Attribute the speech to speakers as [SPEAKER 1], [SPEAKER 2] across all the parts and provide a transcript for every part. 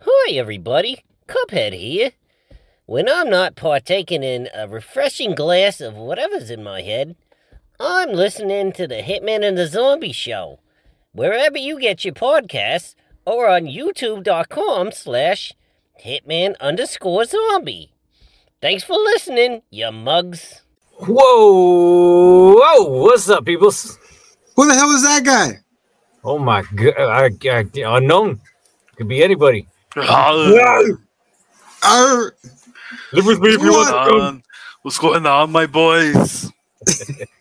[SPEAKER 1] Hi, everybody. Cuphead here. When I'm not partaking in a refreshing glass of whatever's in my head, I'm listening to the Hitman and the Zombie Show. Wherever you get your podcasts, or on youtube.com slash hitman underscore zombie. Thanks for listening, you mugs.
[SPEAKER 2] Whoa! Whoa! What's up, peoples?
[SPEAKER 3] Who the hell is that guy?
[SPEAKER 2] Oh my god! I, I, unknown. Could be anybody.
[SPEAKER 4] Ah,
[SPEAKER 3] Arr,
[SPEAKER 4] Live with me if you
[SPEAKER 3] What?
[SPEAKER 4] want. Um, what's going on, my boys?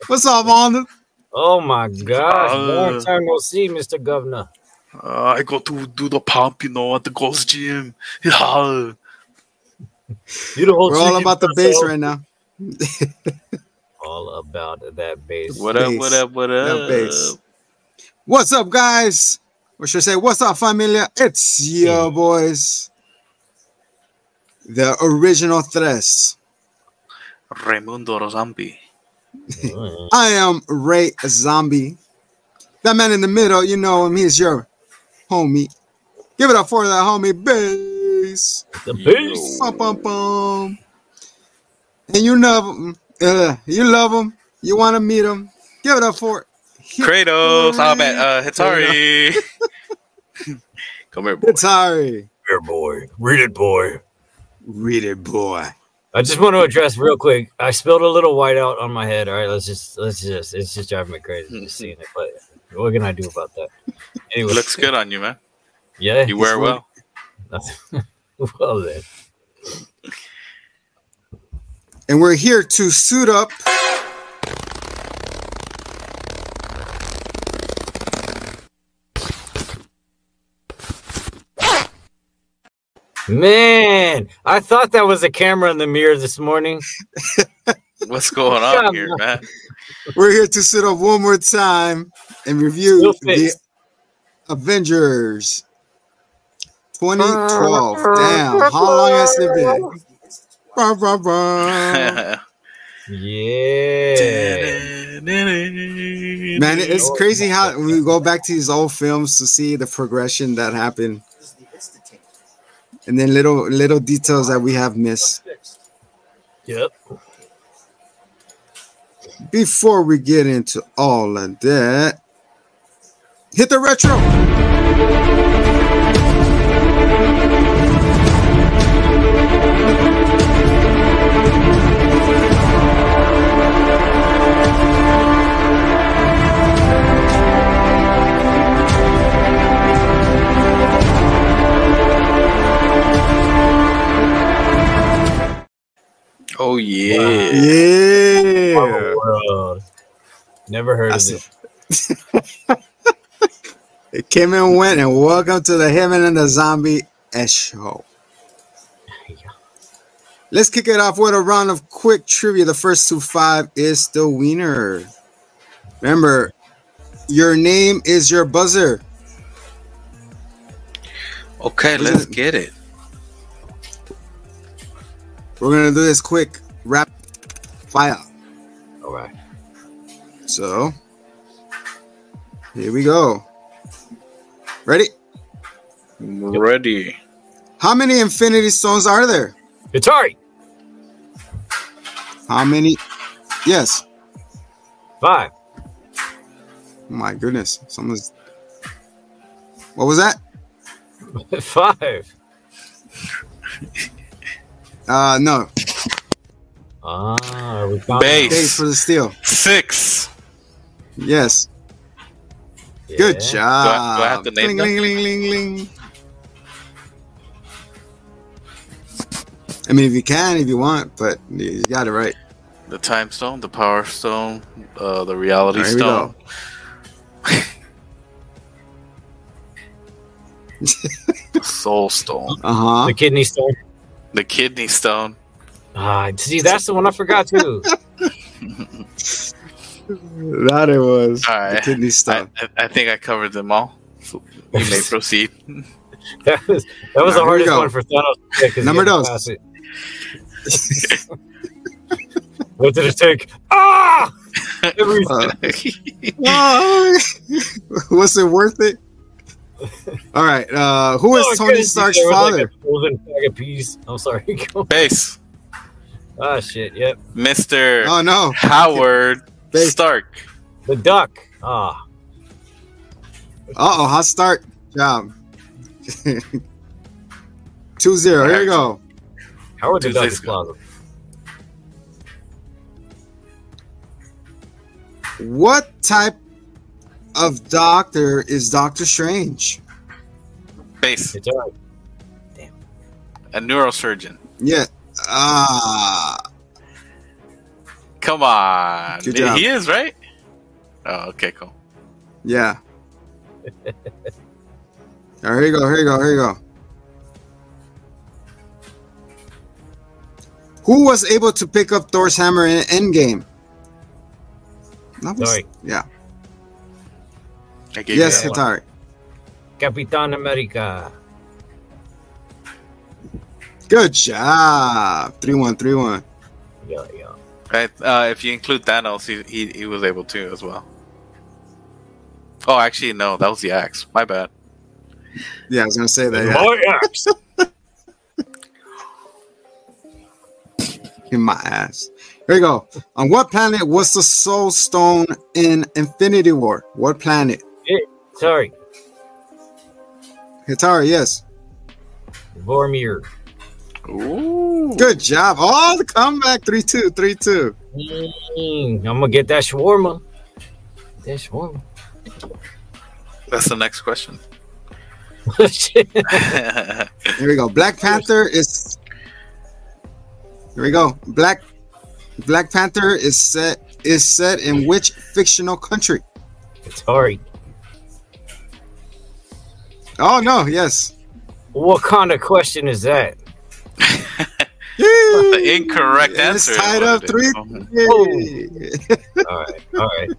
[SPEAKER 3] what's up, Arnold?
[SPEAKER 2] Oh my gosh! Long
[SPEAKER 4] Uh.
[SPEAKER 2] time no see, Mister Governor.
[SPEAKER 4] Uh, I go to do the pump, you know, at the ghost gym. Yeah.
[SPEAKER 2] You the whole.
[SPEAKER 3] We're all
[SPEAKER 2] chicken
[SPEAKER 3] about the
[SPEAKER 2] pizza.
[SPEAKER 3] bass right now.
[SPEAKER 2] All about that bass.
[SPEAKER 4] What up?
[SPEAKER 3] Bass.
[SPEAKER 4] What up? What
[SPEAKER 3] That
[SPEAKER 4] up?
[SPEAKER 3] bass. What's up, guys? Or should I say, what's up, familia? It's your boys. The original tres.
[SPEAKER 4] Raimundo Rosambi.
[SPEAKER 2] Mm.
[SPEAKER 3] I am Ray Zombie. That man in the middle, you know him, he's your homie. Give it up for that homie bass.
[SPEAKER 2] the bass.
[SPEAKER 3] Bum, bum, bum. And you love him. Uh, you love him. You want to meet him. Give it up for it.
[SPEAKER 4] Kratos. I'm at uh, Hitari. Come here, boy.
[SPEAKER 3] It's Harry.
[SPEAKER 2] Here, boy. Read it, boy.
[SPEAKER 3] Read it, boy.
[SPEAKER 2] I just want to address real quick. I spilled a little white out on my head. All right, let's just let's just it's just driving me crazy just seeing it. But what can I do about that? Anyway,
[SPEAKER 4] Looks good on you, man.
[SPEAKER 2] yeah.
[SPEAKER 4] You wear well.
[SPEAKER 2] well then.
[SPEAKER 3] And we're here to suit up.
[SPEAKER 2] Man, I thought that was a camera in the mirror this morning.
[SPEAKER 4] What's going on here, man?
[SPEAKER 3] We're here to suit up one more time and review
[SPEAKER 2] Still
[SPEAKER 3] the
[SPEAKER 2] fixed.
[SPEAKER 3] Avengers 2012. Damn, how long has it been? Bah, bah, bah.
[SPEAKER 2] Yeah.
[SPEAKER 3] Man,
[SPEAKER 4] Man,
[SPEAKER 3] it's
[SPEAKER 2] Oh,
[SPEAKER 3] crazy
[SPEAKER 2] my
[SPEAKER 3] how
[SPEAKER 2] God.
[SPEAKER 3] when we go back to these old films to see the progression that happened, and then little little details that we have missed.
[SPEAKER 2] Yep.
[SPEAKER 3] Before we get into all of that, hit the retro.
[SPEAKER 4] Oh yeah.
[SPEAKER 3] Yeah,
[SPEAKER 2] Marvel World. Never heard
[SPEAKER 3] I
[SPEAKER 2] of
[SPEAKER 3] see.
[SPEAKER 2] it.
[SPEAKER 3] it came and went, and welcome to the Heaven and the Zombie S Show. Let's kick it off with a round of quick trivia. The first to five is the wiener. Remember, your name is your buzzer.
[SPEAKER 4] Okay,
[SPEAKER 3] Was
[SPEAKER 4] let's
[SPEAKER 3] it-
[SPEAKER 4] get it.
[SPEAKER 3] We're gonna do this quick rap fire.
[SPEAKER 2] All right.
[SPEAKER 3] So here we go. Ready?
[SPEAKER 4] Ready.
[SPEAKER 3] How many infinity stones are there?
[SPEAKER 2] Atari.
[SPEAKER 3] How many? Yes.
[SPEAKER 2] Five.
[SPEAKER 3] My goodness. Someone's what was that?
[SPEAKER 2] Five.
[SPEAKER 3] Uh no.
[SPEAKER 2] Ah, we found
[SPEAKER 4] Bass.
[SPEAKER 3] Thanks for the steal.
[SPEAKER 4] Six.
[SPEAKER 3] Yes.
[SPEAKER 2] Yeah.
[SPEAKER 3] Good job.
[SPEAKER 4] Do I have to name
[SPEAKER 3] Ling,
[SPEAKER 4] them?
[SPEAKER 3] ling, ling, ling, ling. I mean, if you can, if you want, but you got it right.
[SPEAKER 4] The time stone, the power stone, uh, the reality
[SPEAKER 3] There we
[SPEAKER 4] stone. the soul stone,
[SPEAKER 3] Uh huh.
[SPEAKER 2] The kidney stone.
[SPEAKER 4] the kidney stone.
[SPEAKER 2] Ah, see, that's the one I forgot too.
[SPEAKER 3] That it was.
[SPEAKER 4] All right.
[SPEAKER 3] The kidney
[SPEAKER 4] I,
[SPEAKER 3] stone.
[SPEAKER 4] I, I think I covered them all. So you may proceed.
[SPEAKER 2] That was that was the
[SPEAKER 3] Here we
[SPEAKER 2] hardest
[SPEAKER 3] go.
[SPEAKER 2] one for Thanos. to pick 'cause he
[SPEAKER 3] Number
[SPEAKER 2] had to
[SPEAKER 3] dos.
[SPEAKER 2] pass it. what did it take? Ah!
[SPEAKER 3] Oh.
[SPEAKER 2] Every-
[SPEAKER 3] Uh, Why? was it worth it? All right. Uh, who is
[SPEAKER 2] Oh,
[SPEAKER 3] Tony
[SPEAKER 2] goodness,
[SPEAKER 3] Stark's
[SPEAKER 2] there was like
[SPEAKER 3] father?
[SPEAKER 2] a golden bag of peas. I'm sorry.
[SPEAKER 4] Base.
[SPEAKER 2] ah, shit. Yep.
[SPEAKER 4] Mr.
[SPEAKER 3] Oh no,
[SPEAKER 4] Howard
[SPEAKER 3] Base.
[SPEAKER 4] Stark.
[SPEAKER 2] The duck. Ah.
[SPEAKER 3] Uh oh, hot start job. 2 0. Here we go.
[SPEAKER 2] Howard the
[SPEAKER 4] Two
[SPEAKER 2] Duck
[SPEAKER 4] days
[SPEAKER 2] is
[SPEAKER 4] ago.
[SPEAKER 2] Plaza.
[SPEAKER 3] What type of doctor is Doctor Strange?
[SPEAKER 4] Base.
[SPEAKER 2] Good job.
[SPEAKER 4] A neurosurgeon.
[SPEAKER 3] Yeah. Ah.
[SPEAKER 4] Come on.
[SPEAKER 3] Good job.
[SPEAKER 4] He is, right? Oh, okay, cool.
[SPEAKER 3] yeah. All right, here you go. Here you go. Here you go. Who was able to pick up Thor's hammer in Endgame? That was-
[SPEAKER 2] Sorry.
[SPEAKER 3] Yeah.
[SPEAKER 4] I gave
[SPEAKER 3] Yes,
[SPEAKER 4] you that
[SPEAKER 3] Hitari.
[SPEAKER 2] Capitan America.
[SPEAKER 3] Good job. 3 1, 3 1.
[SPEAKER 2] Yeah, yeah.
[SPEAKER 4] one. Right, uh, if you include Thanos, he, he, he was able to as well. Oh, actually, no, that was the axe. My bad.
[SPEAKER 3] Yeah, I was going to say that. yeah.
[SPEAKER 2] My axe.
[SPEAKER 3] in my ass. Here you go. On what planet was the Soul Stone in Infinity War? What planet?
[SPEAKER 2] Sorry.
[SPEAKER 3] Hitara, yes.
[SPEAKER 2] Vormir.
[SPEAKER 4] Ooh.
[SPEAKER 3] Good job. All the comeback. 3 2, 3 2.
[SPEAKER 2] Mm, I'm gonna get that shawarma. That shawarma.
[SPEAKER 4] That's the next question.
[SPEAKER 2] Shit.
[SPEAKER 3] Here we go. Black Panther is. Here we go. Black Black Panther is set is set in which fictional country?
[SPEAKER 2] Sorry.
[SPEAKER 3] Oh no, yes.
[SPEAKER 2] What kind of question is that?
[SPEAKER 4] the incorrect
[SPEAKER 3] It's
[SPEAKER 4] answer. is
[SPEAKER 3] tied up
[SPEAKER 4] what it
[SPEAKER 3] three.
[SPEAKER 4] is. Mm-hmm. Oh.
[SPEAKER 3] Yay.
[SPEAKER 2] All right. All right.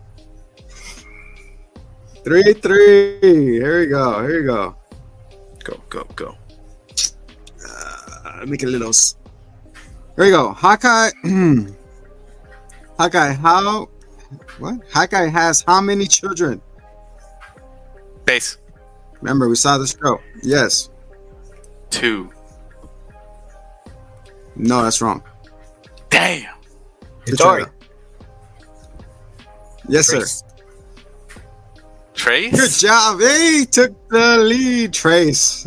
[SPEAKER 3] Three three. Here we go. Here we go.
[SPEAKER 4] Go, go, go.
[SPEAKER 3] uh, make a little. s- Here we go. Hawkeye. hmm. Hawkeye, how? What? Hawkeye has how many children?
[SPEAKER 4] Base.
[SPEAKER 3] Remember, we saw this show. Yes.
[SPEAKER 4] Two.
[SPEAKER 3] No, that's wrong.
[SPEAKER 4] Damn.
[SPEAKER 3] Good
[SPEAKER 2] Sorry.
[SPEAKER 3] try, though. Yes, sir.
[SPEAKER 2] Trace.
[SPEAKER 4] Trace?
[SPEAKER 3] Good job. Hey, took the lead, Trace.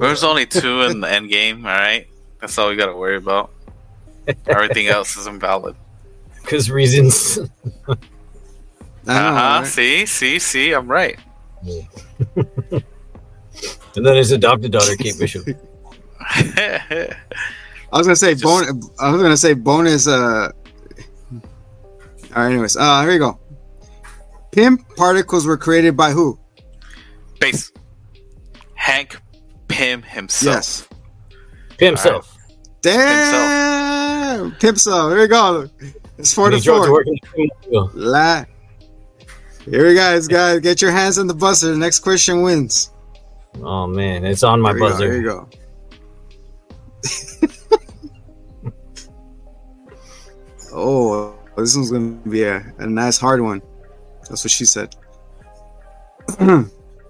[SPEAKER 4] There's only two in the end game, all right? That's all we got to worry about. Everything else is invalid.
[SPEAKER 2] Because reasons.
[SPEAKER 3] I know,
[SPEAKER 4] Uh huh.
[SPEAKER 3] right?
[SPEAKER 4] See, see, see. I'm right.
[SPEAKER 2] And then his adopted daughter, Kate Bishop.
[SPEAKER 3] I was gonna say
[SPEAKER 4] Just-
[SPEAKER 3] bon- I was gonna say bonus. Uh. All right. Anyways, uh, here we go. Pimp particles were created by who?
[SPEAKER 4] Base. Hank Pym himself.
[SPEAKER 3] yes.
[SPEAKER 2] Himself.
[SPEAKER 3] Damn, Pimso. Here we go. It's four
[SPEAKER 2] When
[SPEAKER 3] to
[SPEAKER 2] he dropped
[SPEAKER 3] four.
[SPEAKER 2] work in the criminal field.
[SPEAKER 3] La- Here we guys, guys, get your hands on the buzzer. The next question wins.
[SPEAKER 2] Oh man, it's on my
[SPEAKER 3] Here we go,
[SPEAKER 2] buzzer.
[SPEAKER 3] Here you go. oh, this one's gonna be a, a nice hard one. That's what she said.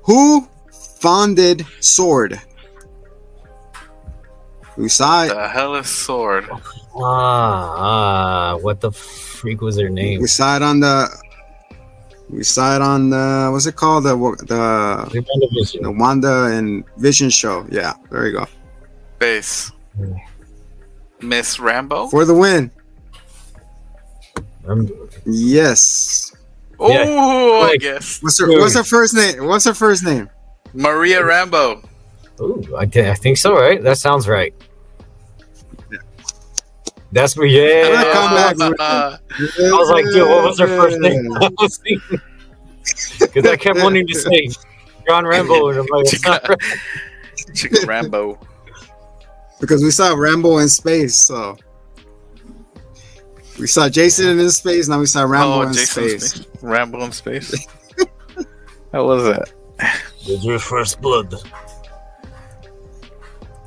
[SPEAKER 3] Who founded Sword? We saw it.
[SPEAKER 4] The hell is sword?
[SPEAKER 2] Ah, ah, what the freak was her name?
[SPEAKER 3] We saw it on the. We saw it on the what's it called the the the
[SPEAKER 2] WandaVision.
[SPEAKER 3] Wanda and Vision show. Yeah, there you go
[SPEAKER 4] Base. Miss Rambo?
[SPEAKER 3] for the win.
[SPEAKER 2] I'm-
[SPEAKER 3] Yes.
[SPEAKER 4] Oh,
[SPEAKER 2] Yeah.
[SPEAKER 4] I
[SPEAKER 2] Like-
[SPEAKER 4] guess.
[SPEAKER 3] What's her
[SPEAKER 2] Dude.
[SPEAKER 3] What's her first name? What's her first name?
[SPEAKER 4] Maria Rambo.
[SPEAKER 2] Ooh, I, thi- I think so, right? That sounds right. That's where, yeah.
[SPEAKER 3] I'm gonna
[SPEAKER 4] uh,
[SPEAKER 3] come back.
[SPEAKER 2] I was like, dude, what was her first name? Because I kept wanting to say John Rambo, and I'm like, it's not right.
[SPEAKER 4] Chicken Rambo.
[SPEAKER 3] Because we saw Rambo in space, so we saw Jason in space. Now we saw Rambo
[SPEAKER 4] oh,
[SPEAKER 3] in
[SPEAKER 4] Jason
[SPEAKER 3] space.
[SPEAKER 4] Smith. Rambo in space. How was that?
[SPEAKER 2] It's your first blood.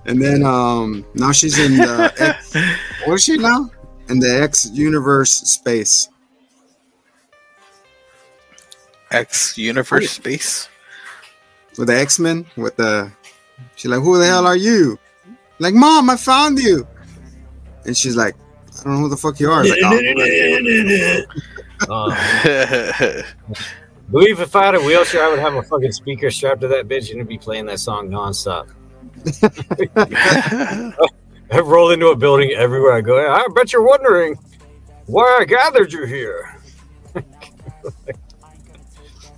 [SPEAKER 3] And then um now she's in the X, what is she now? In the X universe space.
[SPEAKER 4] X Universe Space.
[SPEAKER 3] with the X Men with the. She's like, "Who the hell are you?" Like, "Mom, I found you," and she's like, "I don't know who the fuck you are." Like, "Oh."
[SPEAKER 2] Uh, believe if I had a wheelchair, I would have a fucking speaker strapped to that bitch and it'd be playing that song nonstop. I roll into a building everywhere I go. I bet you're wondering why I gathered you here,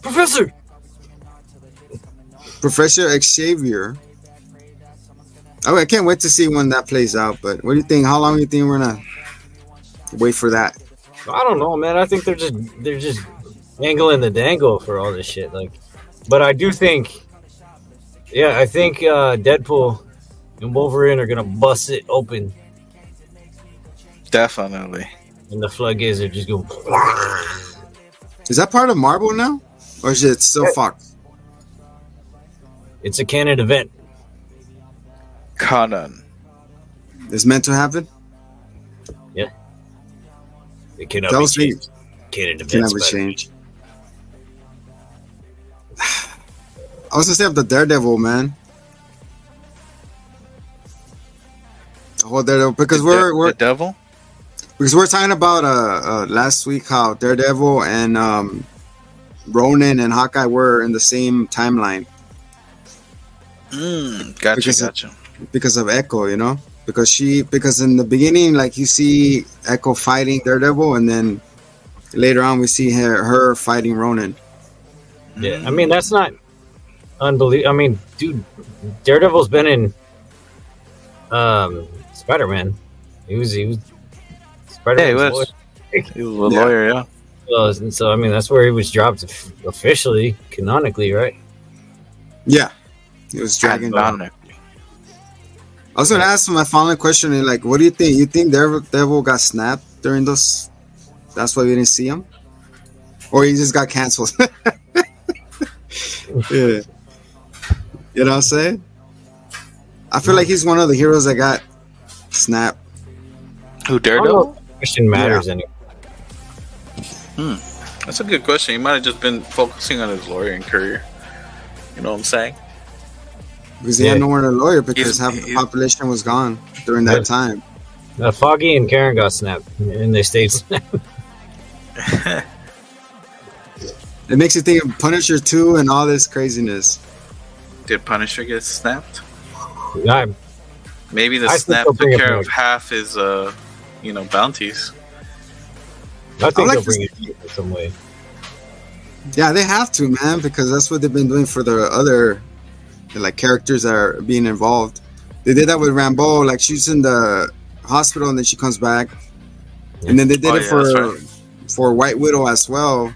[SPEAKER 2] Professor.
[SPEAKER 3] Professor Xavier. Oh, I can't wait to see when that plays out. But what do you think? How long do you think we're gonna wait for that?
[SPEAKER 2] I don't know, man. I think they're just they're just angling the dangle for all this shit. Like, but I do think, yeah, I think uh, Deadpool and Wolverine are gonna bust it open,
[SPEAKER 4] Definitely.
[SPEAKER 2] and the floodgates are just going.
[SPEAKER 3] Is that part of Marvel now, or is it still Fox?
[SPEAKER 2] It's a canon event.
[SPEAKER 4] Conan.
[SPEAKER 3] It's meant to happen.
[SPEAKER 2] It cannot
[SPEAKER 3] That
[SPEAKER 2] be
[SPEAKER 3] was me.
[SPEAKER 2] changed. Canon event.
[SPEAKER 3] Can never
[SPEAKER 2] Spider-Man.
[SPEAKER 3] change. I was gonna say up the Daredevil, man. The whole Daredevil because
[SPEAKER 4] The
[SPEAKER 3] we're
[SPEAKER 4] de-
[SPEAKER 3] we're
[SPEAKER 4] the devil.
[SPEAKER 3] because we're talking about uh, uh last week how Daredevil and um Ronan and Hawkeye were in the same timeline
[SPEAKER 4] Mm, gotcha,
[SPEAKER 3] Because it-
[SPEAKER 4] gotcha.
[SPEAKER 3] because of Echo, you know? Because she because in the beginning like you see Echo fighting Daredevil and then later on we see her her fighting Ronan.
[SPEAKER 2] Yeah, I mean that's not unbelievable. I mean, dude, Daredevil's been in um Spider Man. He was he was Spider
[SPEAKER 4] Yeah, he
[SPEAKER 2] Man.
[SPEAKER 4] was. He was a
[SPEAKER 3] Yeah.
[SPEAKER 4] lawyer, yeah.
[SPEAKER 2] and so I mean that's where he was dropped f- officially, canonically, right?
[SPEAKER 3] Yeah. It was Dragon Ball.
[SPEAKER 4] Conan.
[SPEAKER 3] I was gonna ask my final question, and like, what do you think? You think Devil, Devil got snapped during those? That's why we didn't see him, or he just got canceled? yeah, you know what I'm saying? I feel like he's one of the heroes that got snapped.
[SPEAKER 4] Who
[SPEAKER 2] I don't know
[SPEAKER 4] Daredevil?
[SPEAKER 2] if the question matters anymore.
[SPEAKER 4] That's a good question. He might have just been focusing on his lawyering career. You know what I'm saying?
[SPEAKER 3] Because he
[SPEAKER 2] Yeah.
[SPEAKER 3] had nowhere to lawyer because
[SPEAKER 4] He's-
[SPEAKER 3] half the
[SPEAKER 4] he's-
[SPEAKER 3] population was gone during
[SPEAKER 2] Yeah.
[SPEAKER 3] that time.
[SPEAKER 2] Uh, Foggy and Karen got snapped, and they stayed. snapped.
[SPEAKER 3] It makes you think of Punisher 2 and all this craziness.
[SPEAKER 4] Did Punisher get snapped?
[SPEAKER 2] I,
[SPEAKER 4] Maybe the
[SPEAKER 2] I think
[SPEAKER 4] snap
[SPEAKER 2] they'll
[SPEAKER 4] took
[SPEAKER 2] bring it
[SPEAKER 4] care
[SPEAKER 2] back.
[SPEAKER 4] of half his, uh, you know, bounties.
[SPEAKER 2] I think
[SPEAKER 3] like
[SPEAKER 2] they'll
[SPEAKER 3] to
[SPEAKER 2] bring it in some way.
[SPEAKER 3] Yeah, they have to, man, because that's what they've been doing for the other like characters that are being involved. They did that with Rambo, like she's in the hospital and then she comes back. And then they did
[SPEAKER 4] Oh,
[SPEAKER 3] it
[SPEAKER 4] yeah,
[SPEAKER 3] for
[SPEAKER 4] that's
[SPEAKER 3] for White Widow as well.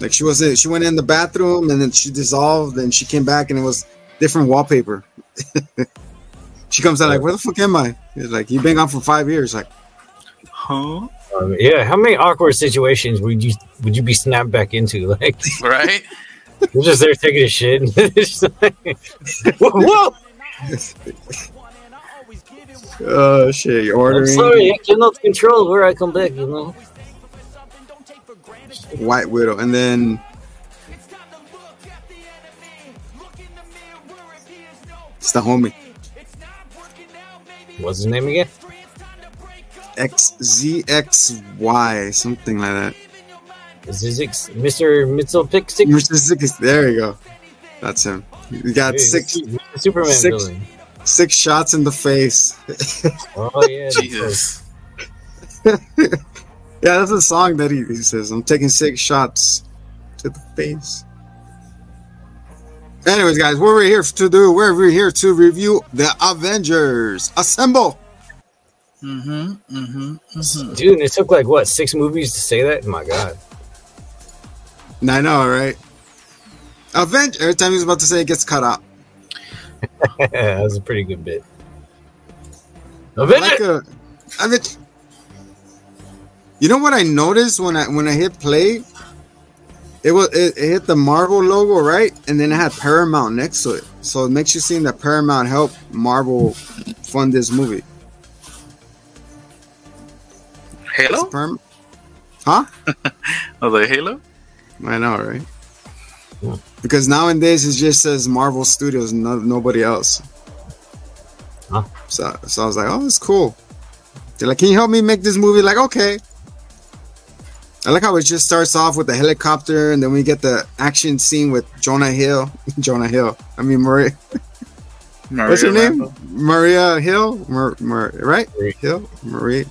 [SPEAKER 3] Like she was she went in the bathroom and then she dissolved and she came back and it was different wallpaper. she comes out like, Where the fuck am I? It's like you've been gone for five years. Like
[SPEAKER 4] Huh?
[SPEAKER 2] Um, yeah, how many awkward situations would you would you be snapped back into? Like.
[SPEAKER 4] Right?
[SPEAKER 2] We're just there taking a shit. and it's just like, whoa, whoa,
[SPEAKER 3] Oh shit, you're
[SPEAKER 2] I'm
[SPEAKER 3] ordering
[SPEAKER 2] sorry, I cannot control where I come back. You know,
[SPEAKER 3] White Widow and then it's the homie.
[SPEAKER 2] what's his name again?
[SPEAKER 3] XZXY, something like that.
[SPEAKER 2] Is this ex- Mr. Mitzelpixik?
[SPEAKER 3] Mr. Six, there you go. That's him. He got six
[SPEAKER 2] Superman
[SPEAKER 3] six-
[SPEAKER 2] building.
[SPEAKER 3] six shots in the face.
[SPEAKER 2] Oh yeah,
[SPEAKER 4] Jesus.
[SPEAKER 3] Yeah, that's a song that he, he says. I'm taking six shots to the face. Anyways, guys, what we're here to do, we're we're here to review the Avengers. Assemble!
[SPEAKER 4] Mm-hmm. Mm-hmm.
[SPEAKER 2] dude, and it took like what six movies to say that? My God,
[SPEAKER 3] I know, right? Avenge every time he's about to say it gets cut out.
[SPEAKER 2] that was a pretty good bit. Avengers.
[SPEAKER 3] like a, I mean, you know what I noticed when I when I hit play, it was it, it hit the Marvel logo right, and then it had Paramount next to it, so it makes you seem that Paramount helped Marvel fund this movie.
[SPEAKER 4] Halo?
[SPEAKER 3] Param- huh?
[SPEAKER 4] Oh, the Halo?
[SPEAKER 3] I know, right? Because nowadays it just says Marvel Studios, no, nobody else.
[SPEAKER 2] Huh.
[SPEAKER 3] So, so I was like, oh, it's cool. They're like, can you help me make this movie? Like, okay. I like how it just starts off with the helicopter, and then we get the action scene with Jonah Hill. Jonah Hill. I mean, Maria. What's her name? Maria Hill, Mar- Mar- right?
[SPEAKER 2] Marie.
[SPEAKER 3] Hill, Marie.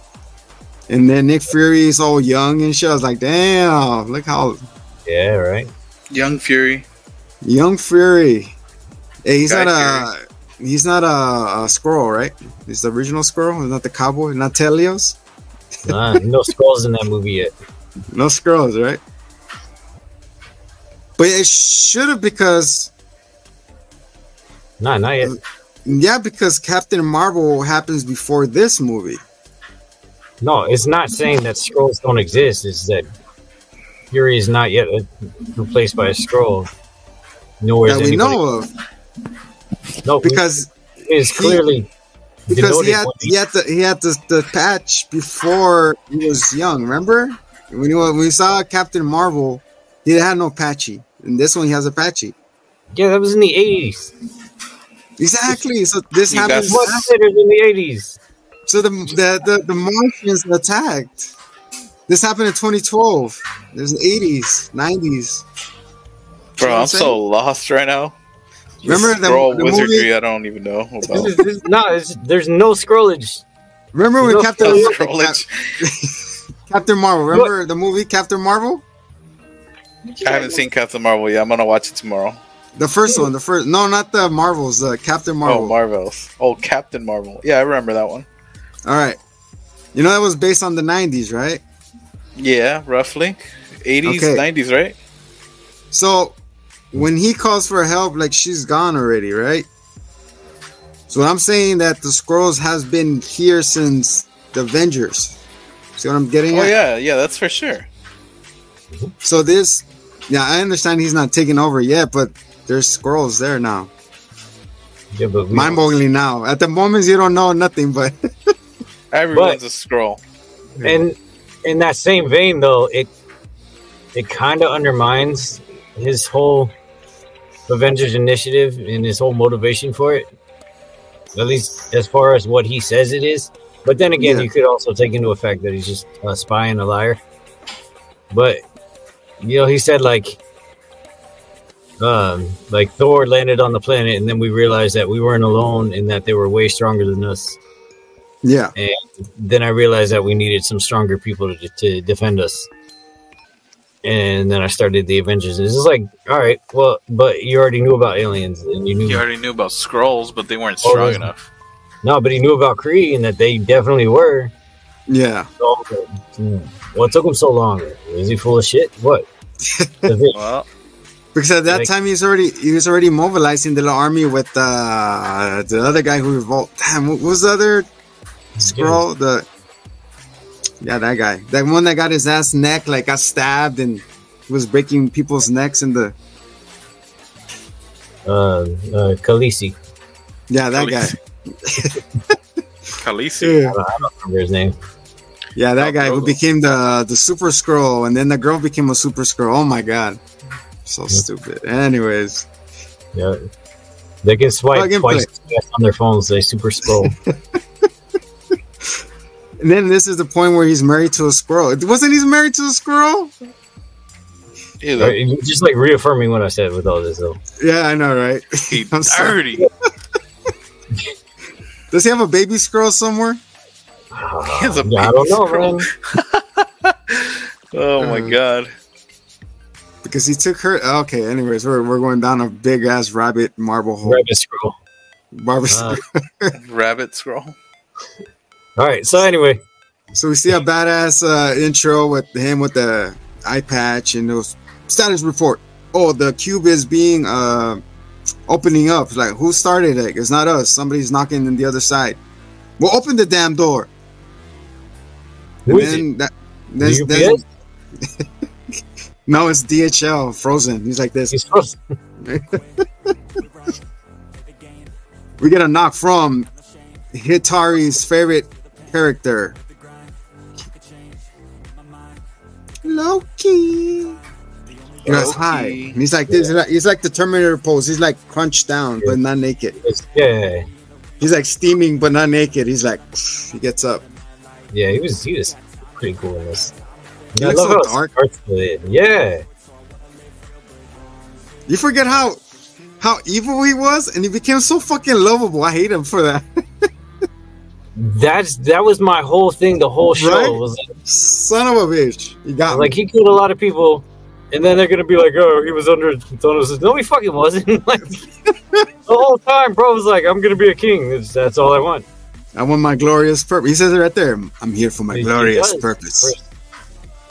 [SPEAKER 3] And then Nick Fury is all young and shit. I was like, damn, look how
[SPEAKER 2] Yeah, right.
[SPEAKER 4] Young Fury.
[SPEAKER 3] young Fury. Hey, he's
[SPEAKER 4] Guy
[SPEAKER 3] not a he's not a, a squirrel, right? He's the original squirrel, not the cowboy, not Telios.
[SPEAKER 2] Nah, no skulls in that movie yet.
[SPEAKER 3] No squirrels, right? But it should have because
[SPEAKER 2] Nah, not yet.
[SPEAKER 3] yeah, because Captain Marvel happens before this movie.
[SPEAKER 2] No, it's not saying that scrolls don't exist. It's that Fury is not yet uh, replaced by a scroll. Nowhere
[SPEAKER 3] that
[SPEAKER 2] is
[SPEAKER 3] we
[SPEAKER 2] anybody.
[SPEAKER 3] know of.
[SPEAKER 2] No,
[SPEAKER 3] Because
[SPEAKER 2] it's clearly
[SPEAKER 3] because he
[SPEAKER 2] denoted
[SPEAKER 3] had,
[SPEAKER 2] what
[SPEAKER 3] he had the he had the, the patch before he was young. Remember when he, wa- when we saw Captain Marvel, he had no patchy, and this one he has a patchy.
[SPEAKER 2] Yeah, that was in the eighties.
[SPEAKER 3] Exactly. So this
[SPEAKER 4] You
[SPEAKER 3] happens.
[SPEAKER 4] got-
[SPEAKER 2] What
[SPEAKER 3] after-
[SPEAKER 2] theaters in the eighties?
[SPEAKER 3] So the, the the the Martians attacked. This happened in 2012. There's the 80s, 90s.
[SPEAKER 4] Bro,
[SPEAKER 3] what I'm
[SPEAKER 4] I'm so lost right now. This
[SPEAKER 3] Remember the-
[SPEAKER 4] scroll
[SPEAKER 3] the
[SPEAKER 4] wizardry?
[SPEAKER 3] movie-
[SPEAKER 4] I don't even know
[SPEAKER 2] This
[SPEAKER 4] about.
[SPEAKER 2] is- this-
[SPEAKER 3] Oh.
[SPEAKER 2] no, it's, there's no scrollage.
[SPEAKER 3] Remember when
[SPEAKER 2] No,
[SPEAKER 3] Captain
[SPEAKER 2] no
[SPEAKER 4] Scrollage.
[SPEAKER 3] Captain Marvel? Remember the movie Captain Marvel?
[SPEAKER 4] I haven't seen Captain Marvel yet. I'm gonna watch it tomorrow.
[SPEAKER 3] The first one, the first. No, not the Marvels. The Captain Marvel.
[SPEAKER 4] Oh, Marvels. Oh, Captain Marvel. Yeah, I remember that one.
[SPEAKER 3] All right. You know that was based on the 90s, right?
[SPEAKER 4] Yeah, roughly. 80s,
[SPEAKER 3] Okay.
[SPEAKER 4] 90s, right?
[SPEAKER 3] So when he calls for help, like she's gone already, right? So I'm saying that the squirrels has been here since the Avengers. See what I'm getting
[SPEAKER 4] Oh
[SPEAKER 3] at?
[SPEAKER 4] yeah, yeah, that's for sure.
[SPEAKER 3] So this, yeah, I understand he's not taking over yet, but there's squirrels there now.
[SPEAKER 2] Yeah, but we-
[SPEAKER 3] Mind-boggling now. At the moment, you don't know nothing, but
[SPEAKER 4] Everyone's a scroll.
[SPEAKER 2] and in that same vein, though, it it kind of undermines his whole Avengers initiative and his whole motivation for it. At least as far as what he says it is. But then again,
[SPEAKER 3] Yeah.
[SPEAKER 2] you could also take into effect that he's just a spy and a liar. But you know, he said like, um, like Thor landed on the planet, and then we realized that we weren't alone, and that they were way stronger than us
[SPEAKER 3] yeah,
[SPEAKER 2] then I realized that we needed some stronger people to, to defend us. And then I started the Avengers. It's just like, all right, well, but you already knew about aliens, and you knew
[SPEAKER 4] He already knew about scrolls, but they weren't
[SPEAKER 2] Oh,
[SPEAKER 4] strong
[SPEAKER 2] yeah.
[SPEAKER 4] enough.
[SPEAKER 2] no, but he knew about Kree, and that they definitely were.
[SPEAKER 3] yeah.
[SPEAKER 2] So, what took him so long? Is he full of shit? What? Is it-
[SPEAKER 4] Well,
[SPEAKER 3] Because at that
[SPEAKER 2] Like-
[SPEAKER 3] time, he's already he was already mobilizing the little army with uh, the other guy who revolt. Damn, what was the other scroll? The yeah, that guy, that one that got his ass neck like got stabbed and was breaking people's necks in the
[SPEAKER 2] uh, uh, Khaleesi.
[SPEAKER 3] yeah, that guy,
[SPEAKER 4] Khaleesi. Khaleesi.
[SPEAKER 3] yeah,
[SPEAKER 2] I don't remember his name.
[SPEAKER 3] yeah, that guy who
[SPEAKER 4] Drogo.
[SPEAKER 3] became the the super scroll, and then the girl became a super scroll. Oh my god, so stupid. Anyways,
[SPEAKER 2] Yeah. They can swipe
[SPEAKER 3] Plug and
[SPEAKER 2] twice as fast on their phones. They super scroll.
[SPEAKER 3] and then this is the point where he's married to a squirrel. Wasn't he married to a squirrel?
[SPEAKER 4] Yeah,
[SPEAKER 2] All
[SPEAKER 4] that-
[SPEAKER 2] right, just like reaffirming what I said with all this, though.
[SPEAKER 3] Yeah, I know, right?
[SPEAKER 4] he
[SPEAKER 3] I'm sorry.
[SPEAKER 4] dirty. He
[SPEAKER 3] Does he have a baby squirrel somewhere?
[SPEAKER 2] Ah,
[SPEAKER 4] has a
[SPEAKER 2] yeah, I don't
[SPEAKER 4] baby
[SPEAKER 2] know,
[SPEAKER 4] scroll.
[SPEAKER 2] man.
[SPEAKER 4] Oh my
[SPEAKER 3] Uh,
[SPEAKER 4] god.
[SPEAKER 3] Because he took her. Okay, anyways, we're, we're going down a big ass rabbit marble hole.
[SPEAKER 2] Rabbit scroll.
[SPEAKER 3] Barber-
[SPEAKER 2] Uh,
[SPEAKER 4] Rabbit scroll.
[SPEAKER 2] all right. So anyway,
[SPEAKER 3] so we see a badass uh, intro with him with the eye patch and those status report. Oh, the cube is being uh, opening up. Like, who started it? It's not us. Somebody's knocking on the other side. Well, open the damn door.
[SPEAKER 2] who is it?
[SPEAKER 3] then that,
[SPEAKER 2] The
[SPEAKER 3] then, then,
[SPEAKER 2] UPS?
[SPEAKER 3] no, it's DHL Frozen. He's like this.
[SPEAKER 2] He's supposed-
[SPEAKER 3] We get a knock from Hitari's favorite character. Loki. He goes high. And he's like this. He's like, he's like the Terminator pose. He's like crunched down, but not naked.
[SPEAKER 2] It's- yeah,
[SPEAKER 3] He's like steaming, but not naked. He's like, he gets up.
[SPEAKER 2] yeah, he was he was pretty cool in this.
[SPEAKER 3] He
[SPEAKER 2] I
[SPEAKER 3] looks
[SPEAKER 2] love
[SPEAKER 3] so
[SPEAKER 2] how
[SPEAKER 3] dark.
[SPEAKER 2] dark. Yeah,
[SPEAKER 3] You forget how how evil he was, and he became so fucking lovable. I hate him for that.
[SPEAKER 2] that's that was my whole thing. The whole show
[SPEAKER 3] Right?
[SPEAKER 2] was like,
[SPEAKER 3] Son of a bitch. He got
[SPEAKER 2] like,
[SPEAKER 3] like
[SPEAKER 2] he killed a lot of people, and then they're gonna be like, oh, he was under Thanos. No, he fucking wasn't. like the whole time, bro was like, I'm gonna be a king. That's, that's all I want.
[SPEAKER 3] I want my glorious purpose. He says it right there. I'm here for my
[SPEAKER 2] He- he
[SPEAKER 3] glorious
[SPEAKER 2] does.
[SPEAKER 3] purpose.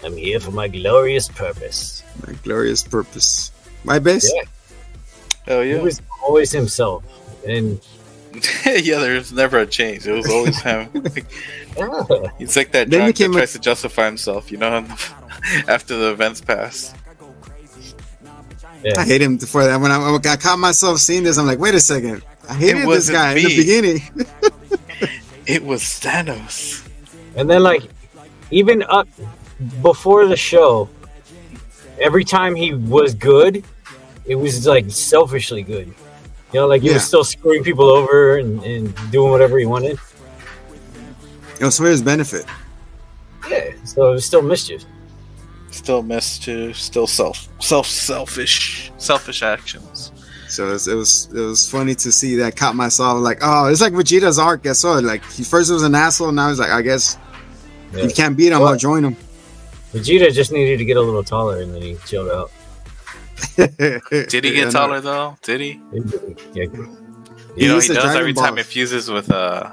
[SPEAKER 2] I'm here for my glorious purpose.
[SPEAKER 3] My glorious purpose. My best.
[SPEAKER 2] Yeah.
[SPEAKER 4] Hell
[SPEAKER 2] He
[SPEAKER 4] yeah.
[SPEAKER 2] was always himself, and
[SPEAKER 4] yeah, there was never a change. It was always him.
[SPEAKER 2] yeah,
[SPEAKER 4] He's like that
[SPEAKER 3] Then he
[SPEAKER 4] drunk that
[SPEAKER 3] came
[SPEAKER 4] tries to justify himself, you know, after the events pass.
[SPEAKER 3] I hate him for that. When I, when I caught myself seeing this, I'm like, wait a second. I hated this
[SPEAKER 4] wasn't
[SPEAKER 3] guy in
[SPEAKER 4] me.
[SPEAKER 3] the beginning.
[SPEAKER 4] It was Thanos.
[SPEAKER 2] And then like even up before the show, every time he was good, it was like selfishly good. You know, like he
[SPEAKER 3] Yeah.
[SPEAKER 2] was still screwing people over and, and doing whatever he wanted.
[SPEAKER 3] It was for his benefit.
[SPEAKER 2] Yeah. So it was still mischief.
[SPEAKER 4] Still mischief, still self, self, selfish, selfish actions.
[SPEAKER 3] So it was, it was it was funny to see that caught myself like, oh, it's like Vegeta's arc. Guess what? Like he first was an asshole, now he's like, I guess
[SPEAKER 2] Yeah.
[SPEAKER 3] you can't beat him. I'll
[SPEAKER 2] Well-
[SPEAKER 3] join him.
[SPEAKER 2] Vegeta just needed to get a little taller and then he chilled out.
[SPEAKER 4] Did he
[SPEAKER 3] uh,
[SPEAKER 4] get taller though? Did he?
[SPEAKER 2] Yeah.
[SPEAKER 4] You know,
[SPEAKER 3] used
[SPEAKER 4] he
[SPEAKER 3] the
[SPEAKER 4] does
[SPEAKER 3] Dragon
[SPEAKER 4] every time
[SPEAKER 3] Balls.
[SPEAKER 4] he fuses with uh,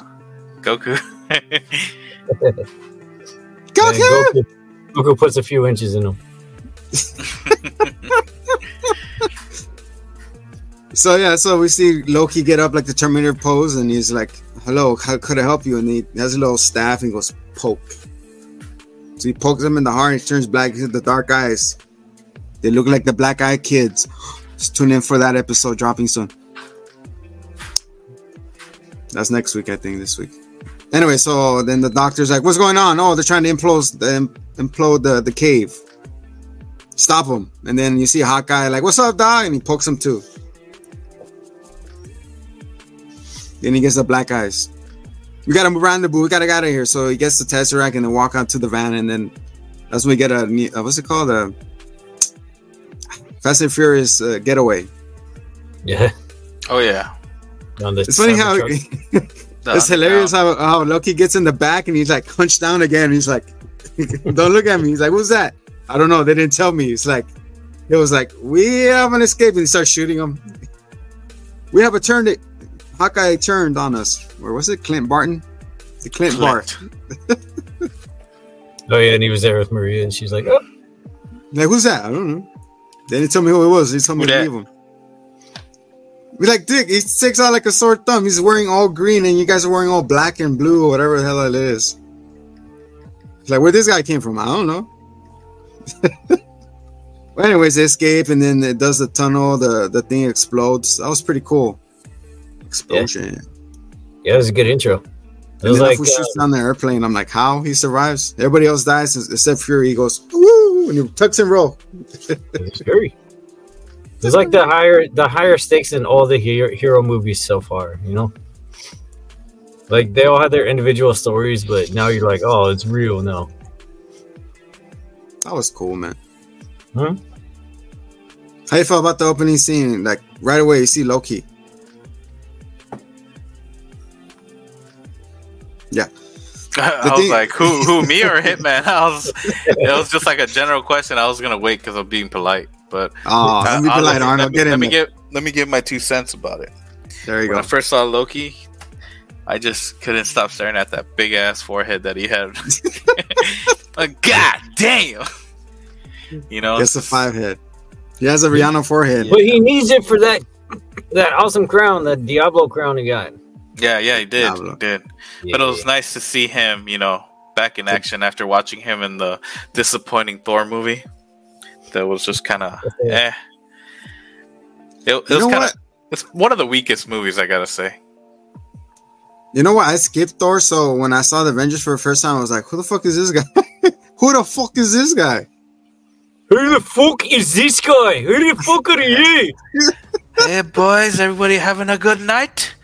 [SPEAKER 4] Goku.
[SPEAKER 3] Go
[SPEAKER 2] And Goku, Goku puts a few inches in him.
[SPEAKER 3] So yeah, so we see Loki get up like the Terminator pose, and he's like, "Hello, how could I help you?" And he has a little staff and he goes poke. So he pokes him in the heart, and he turns black. He has the dark eyes. They look like the Black Eyed Kids. Just tune in for that episode dropping soon. That's next week, I think. This week. Anyway, so then the doctor's like, "What's going on?" Oh, they're trying to implode the implode the, the cave. Stop them! And then you see Hawkeye like, "What's up, Doc?" And he pokes him too. Then he gets the black eyes. We gotta move around the boo. We gotta get out of here. So he gets the tesseract and then walk out to the van, and then that's when we get a ne- uh, what's it called a Fast and Furious uh, getaway.
[SPEAKER 2] Yeah.
[SPEAKER 4] oh yeah,
[SPEAKER 2] On the
[SPEAKER 3] It's funny
[SPEAKER 2] on the
[SPEAKER 3] how
[SPEAKER 2] truck.
[SPEAKER 4] The
[SPEAKER 3] it's hilarious
[SPEAKER 4] underground.
[SPEAKER 3] how, how Loki gets in the back and he's like hunched down again. He's like, "Don't look at me." He's like, "Who's that?" I don't know. They didn't tell me. It's like it was like we have an escape and he starts shooting him. We have a turn that Hawkeye turned on us. Where was it? Clint Barton. The Clint, Bart.
[SPEAKER 2] Oh yeah, and he was there with Maria and she's like, Oh
[SPEAKER 3] Like, who's that? I don't know. They didn't tell me who it was. They told me
[SPEAKER 4] Who
[SPEAKER 3] to
[SPEAKER 4] dat?
[SPEAKER 3] leave him. We like, Dick, he sticks out like a sore thumb. He's wearing all green, and you guys are wearing all black and blue, or whatever the hell it is. It's like, where this guy came from, I don't know. well, anyways, they escape, and then it does the tunnel. The, the thing explodes. That was pretty cool. Explosion.
[SPEAKER 2] Yeah, it was a good intro. It
[SPEAKER 3] And
[SPEAKER 2] was
[SPEAKER 3] then
[SPEAKER 2] like
[SPEAKER 3] if we shoot
[SPEAKER 2] uh,
[SPEAKER 3] down the airplane, I'm like, how he survives? Everybody else dies except Fury. He goes, woo, and he tucks and roll.
[SPEAKER 2] It's scary. It's like the higher the higher stakes in all the hero, hero movies so far, you know? Like they all had their individual stories, but now you're like, oh, it's real now.
[SPEAKER 3] That was cool, man.
[SPEAKER 2] Hmm?
[SPEAKER 3] How you feel about the opening scene? Like right away, you see Loki.
[SPEAKER 4] I
[SPEAKER 3] The
[SPEAKER 4] was
[SPEAKER 3] thing-
[SPEAKER 4] like, who, who, me or Hitman? I was, it was just like a general question. I was gonna wait because I'm being polite, but
[SPEAKER 3] Oh,
[SPEAKER 4] I-
[SPEAKER 3] let me be
[SPEAKER 4] I'll-
[SPEAKER 3] polite,
[SPEAKER 4] Let
[SPEAKER 3] Arnold.
[SPEAKER 4] me,
[SPEAKER 3] Get
[SPEAKER 4] let
[SPEAKER 3] in
[SPEAKER 4] me
[SPEAKER 3] there.
[SPEAKER 4] get, let me give my two cents about it.
[SPEAKER 3] There you
[SPEAKER 4] When
[SPEAKER 3] go.
[SPEAKER 4] I first saw Loki, I just couldn't stop staring at that big ass forehead that he had. like, God damn! You know,
[SPEAKER 3] Gets a five head. He has a Rihanna forehead.
[SPEAKER 2] But he needs it for that that awesome crown, that Diablo crown he got.
[SPEAKER 4] yeah, yeah, he did,
[SPEAKER 3] Diablo.
[SPEAKER 4] he did. But it was nice to see him, you know, back in action after watching him in the disappointing Thor movie. That was just kind of eh. It, it
[SPEAKER 3] You
[SPEAKER 4] was
[SPEAKER 3] know
[SPEAKER 4] kind of
[SPEAKER 3] what?
[SPEAKER 4] it's one of the weakest movies I gotta say.
[SPEAKER 3] You know what? I skipped Thor, so when I saw the Avengers for the first time, I was like, "Who the fuck is this guy? Who the fuck is this guy?"
[SPEAKER 2] Who the fuck is this guy? Who the fuck are you?
[SPEAKER 4] hey boys, everybody having a good night?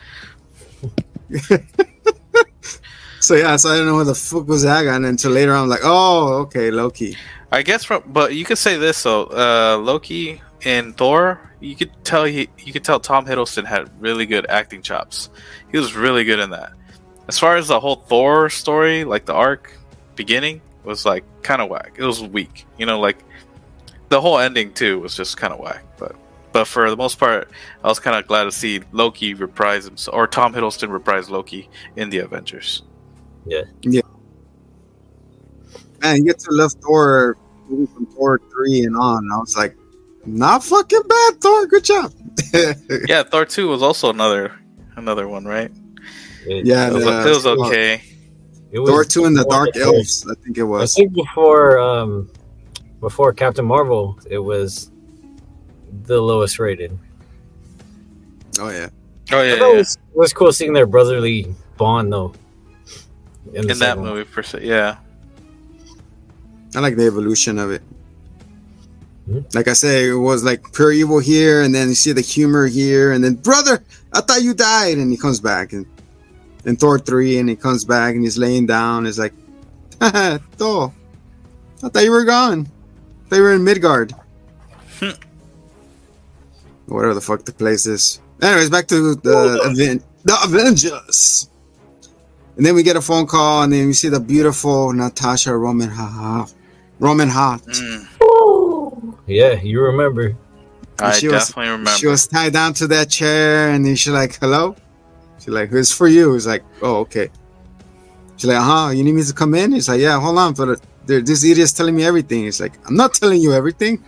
[SPEAKER 3] So yeah, so I didn't know what the fuck was that guy, and until later on, I'm like, oh, okay, Loki.
[SPEAKER 4] I guess from but you could say this though, uh Loki in Thor, you could tell he you could tell Tom Hiddleston had really good acting chops. He was really good in that. As far as the whole Thor story, like the arc beginning was like kind of whack. It was weak. You know, like the whole ending too was just kind of whack, but but for the most part, I was kind of glad to see Loki reprise himself, or Tom Hiddleston reprise Loki in the Avengers.
[SPEAKER 3] Man, you get to love Thor movie from Thor three and on. I was like, not fucking bad, Thor. Good job.
[SPEAKER 4] yeah, Thor two was also another another one, right?
[SPEAKER 2] It-
[SPEAKER 3] yeah,
[SPEAKER 4] It was,
[SPEAKER 3] the-
[SPEAKER 4] it was okay.
[SPEAKER 2] it
[SPEAKER 3] Thor two and the Dark
[SPEAKER 2] before-
[SPEAKER 3] Elves. I think it
[SPEAKER 2] I
[SPEAKER 3] was.
[SPEAKER 2] think before um before Captain Marvel, it was the lowest rated.
[SPEAKER 3] Oh yeah,
[SPEAKER 4] Oh
[SPEAKER 2] I thought
[SPEAKER 4] yeah,
[SPEAKER 2] It,
[SPEAKER 4] yeah.
[SPEAKER 2] was, it was cool seeing their brotherly bond though. the
[SPEAKER 4] in that
[SPEAKER 2] second one.
[SPEAKER 4] movie per se. Yeah,
[SPEAKER 3] I like the evolution of it.
[SPEAKER 2] Hmm?
[SPEAKER 3] Like I say, it was like pure evil here, and then you see the humor here, and then brother, I thought you died, and he comes back, and in Thor three, and he comes back, and he's laying down. It's like, Thor, I thought you were gone. I thought you were in Midgard.
[SPEAKER 4] Hmm.
[SPEAKER 3] Whatever the fuck the place is. Anyways, back to the Aven- the Avengers. And then we get a phone call, and then we see the beautiful Natasha Roman ha Roman ha.
[SPEAKER 4] Mm.
[SPEAKER 2] Yeah, you remember.
[SPEAKER 4] I
[SPEAKER 3] she was-
[SPEAKER 4] definitely remember.
[SPEAKER 3] She was tied down to that chair, and then she's like, "Hello." She's like, "Who's for you?" He's like, "Oh, okay." She's like, "Uh huh." You need me to come in? He's like, "Yeah, hold on, but uh, there- this idiot's telling me everything." He's like, "I'm not telling you everything."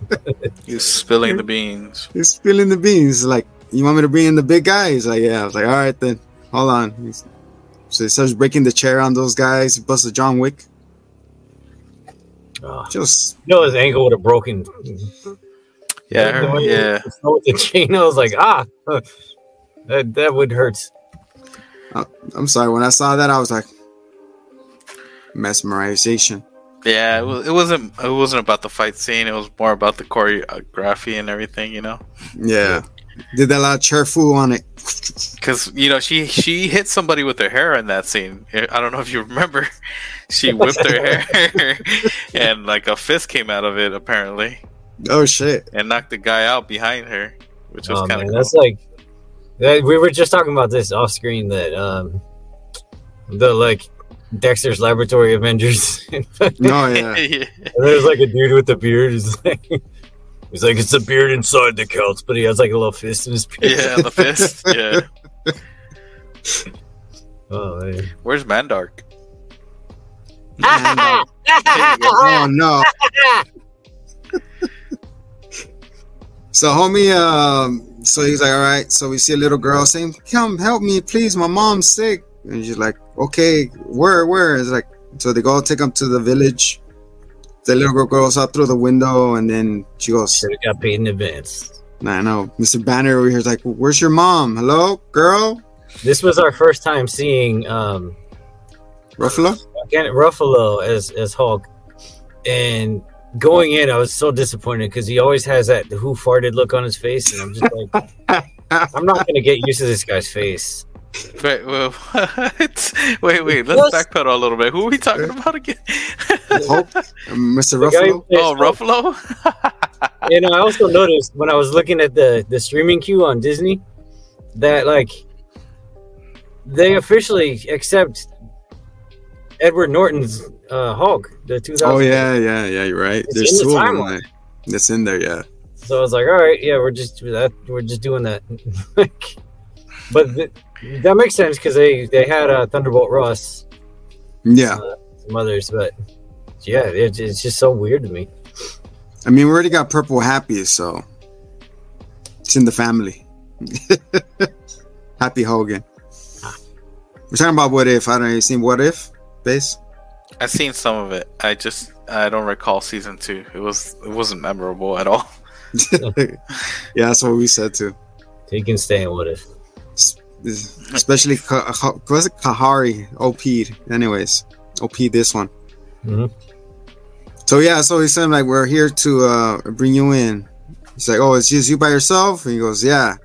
[SPEAKER 4] He's spilling the beans.
[SPEAKER 3] He's spilling the beans. He's like, you want me to bring in the big guy? He's like, yeah. I was like, all right then, hold on. He's, so he starts breaking the chair on those guys. He busts a John Wick.
[SPEAKER 2] Oh,
[SPEAKER 3] Just
[SPEAKER 2] you know his ankle would have broken.
[SPEAKER 4] Yeah, I heard- yeah.
[SPEAKER 2] With the chain, I was like, ah, that that would hurt.
[SPEAKER 3] I'm sorry. When I saw that, I was like, mesmerization.
[SPEAKER 4] Yeah, it, was, it wasn't. It wasn't about the fight scene. It was more about the choreography and everything, you know.
[SPEAKER 3] Yeah. Did that lot of chair fool on it.
[SPEAKER 4] Because you know she she hit somebody with her hair in that scene. I don't know if you remember. She whipped her hair, and like a fist came out of it apparently,
[SPEAKER 3] Oh shit.
[SPEAKER 4] and knocked the guy out behind her, which was
[SPEAKER 2] Oh,
[SPEAKER 4] kind
[SPEAKER 2] man,
[SPEAKER 4] of
[SPEAKER 2] that's like that, we were just talking about this off screen that um the like Dexter's Laboratory Avengers.
[SPEAKER 3] No,
[SPEAKER 4] cool.
[SPEAKER 3] yeah.
[SPEAKER 4] Yeah.
[SPEAKER 2] And there's like a dude with a beard. He's like, he's like, it's a beard inside the counts, but he has like a little fist in his beard.
[SPEAKER 4] yeah, the fist. Yeah,
[SPEAKER 2] Oh, man.
[SPEAKER 4] where's Mandark?
[SPEAKER 3] And, uh, oh no. so homie, um, so he's like, all right. So we see a little girl saying, "Come help me, please. My mom's sick." And she's like, "Okay, where, where?" It's like, so they go take him to the village. The little girl goes out through the window, and then she goes,
[SPEAKER 2] Should have got paid in advance.
[SPEAKER 3] "Nah, "I know." Mr. Banner over here is like, "Where's your mom? Hello, girl,
[SPEAKER 2] This was our first time seeing um
[SPEAKER 3] Ruffalo."
[SPEAKER 2] Janet Ruffalo as as Hulk, and going in, I was so disappointed because he always has that "who farted" look on his face, and I'm just like, I'm not gonna get used to this guy's face.
[SPEAKER 4] Wait, wait, what? wait, wait. Let's
[SPEAKER 2] Yes.
[SPEAKER 4] backpedal a little bit. Who are we talking about again?
[SPEAKER 3] Hope, Mr.
[SPEAKER 2] The guy
[SPEAKER 3] Ruffalo.
[SPEAKER 2] who
[SPEAKER 4] oh,
[SPEAKER 2] plays
[SPEAKER 4] Ruffalo.
[SPEAKER 2] and I also noticed when I was looking at the the streaming queue on Disney that like they officially accept Edward Norton's uh, Hulk, the 2000.
[SPEAKER 3] Oh yeah, yeah, yeah. You're right.
[SPEAKER 2] It's
[SPEAKER 3] There's
[SPEAKER 2] in the
[SPEAKER 3] two of them.
[SPEAKER 2] timeline.
[SPEAKER 3] like, That's in there. Yeah.
[SPEAKER 2] So I was like, all right, yeah, we're just that we're just doing that. Like, but th- that makes sense because they they had uh, Thunderbolt Ross,
[SPEAKER 3] Yeah.
[SPEAKER 2] some others, but yeah, it, it's just so weird to me.
[SPEAKER 3] I mean, we already got Purple Happy, so it's in the family. Happy Hogan. We're talking about what if. I don't know. You seen What If? Base?
[SPEAKER 4] I've seen some of it. I just I don't recall season two. It was it wasn't memorable at all.
[SPEAKER 3] Yeah, that's what we said too.
[SPEAKER 2] So you can stay in what if.
[SPEAKER 3] Especially, Ka- Ka- was it Kahari? OP'd. Anyways, OP this one.
[SPEAKER 2] Mhm.
[SPEAKER 3] So yeah, so he said like we're here to uh, bring you in. He's like, oh, it's just you by yourself, and he goes, yeah.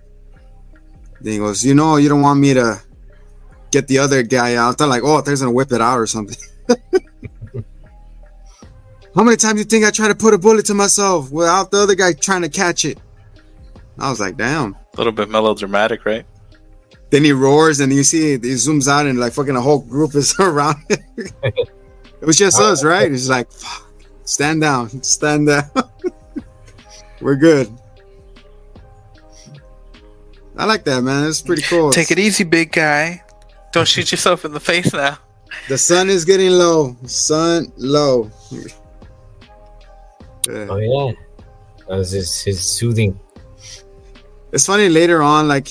[SPEAKER 3] Then he goes, you know, you don't want me to get the other guy out. They're like, oh, they're gonna whip it out or something. How many times you think I try to put a bullet to myself without the other guy trying to catch it? I was like, damn.
[SPEAKER 4] A little bit melodramatic, right?
[SPEAKER 3] Then he roars and you see he zooms out and like fucking a whole group is around. it was just us, right? It's like, fuck, stand down, stand down. We're good. I like that, man. It's pretty cool.
[SPEAKER 4] Take it easy, big guy. Don't shoot yourself in the face now.
[SPEAKER 3] The sun is getting low. Sun low. Yeah.
[SPEAKER 2] Oh yeah, that was his, his soothing.
[SPEAKER 3] It's funny later on, like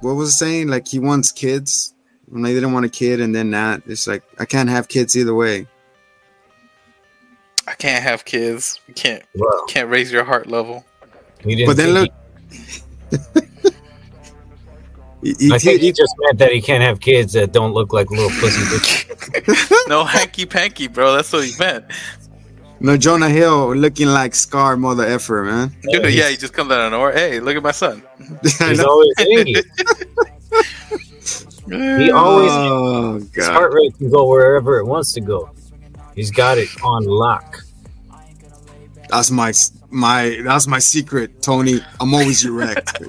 [SPEAKER 3] what was it saying? Like he wants kids. When they didn't want a kid and then not. It's like I can't have kids either way.
[SPEAKER 4] I can't have kids. You can't
[SPEAKER 2] Wow.
[SPEAKER 4] can't raise your heart level.
[SPEAKER 2] He didn't
[SPEAKER 3] But then
[SPEAKER 2] think
[SPEAKER 3] look He- he
[SPEAKER 2] he- I think
[SPEAKER 3] did-
[SPEAKER 2] he just meant that he can't have kids that don't look like little pussy. bitches.
[SPEAKER 4] No hanky panky, bro. That's what he meant.
[SPEAKER 3] no Jonah Hill looking like Scar mother effer, man.
[SPEAKER 4] Dude, yeah, he just comes out of nowhere. Hey, look at my son.
[SPEAKER 3] I
[SPEAKER 2] He's
[SPEAKER 3] know.
[SPEAKER 2] always angry. He always
[SPEAKER 3] oh god.
[SPEAKER 2] his heart rate can go wherever it wants to go. He's got it on lock.
[SPEAKER 3] That's my my that's my secret, Tony. I'm always erect.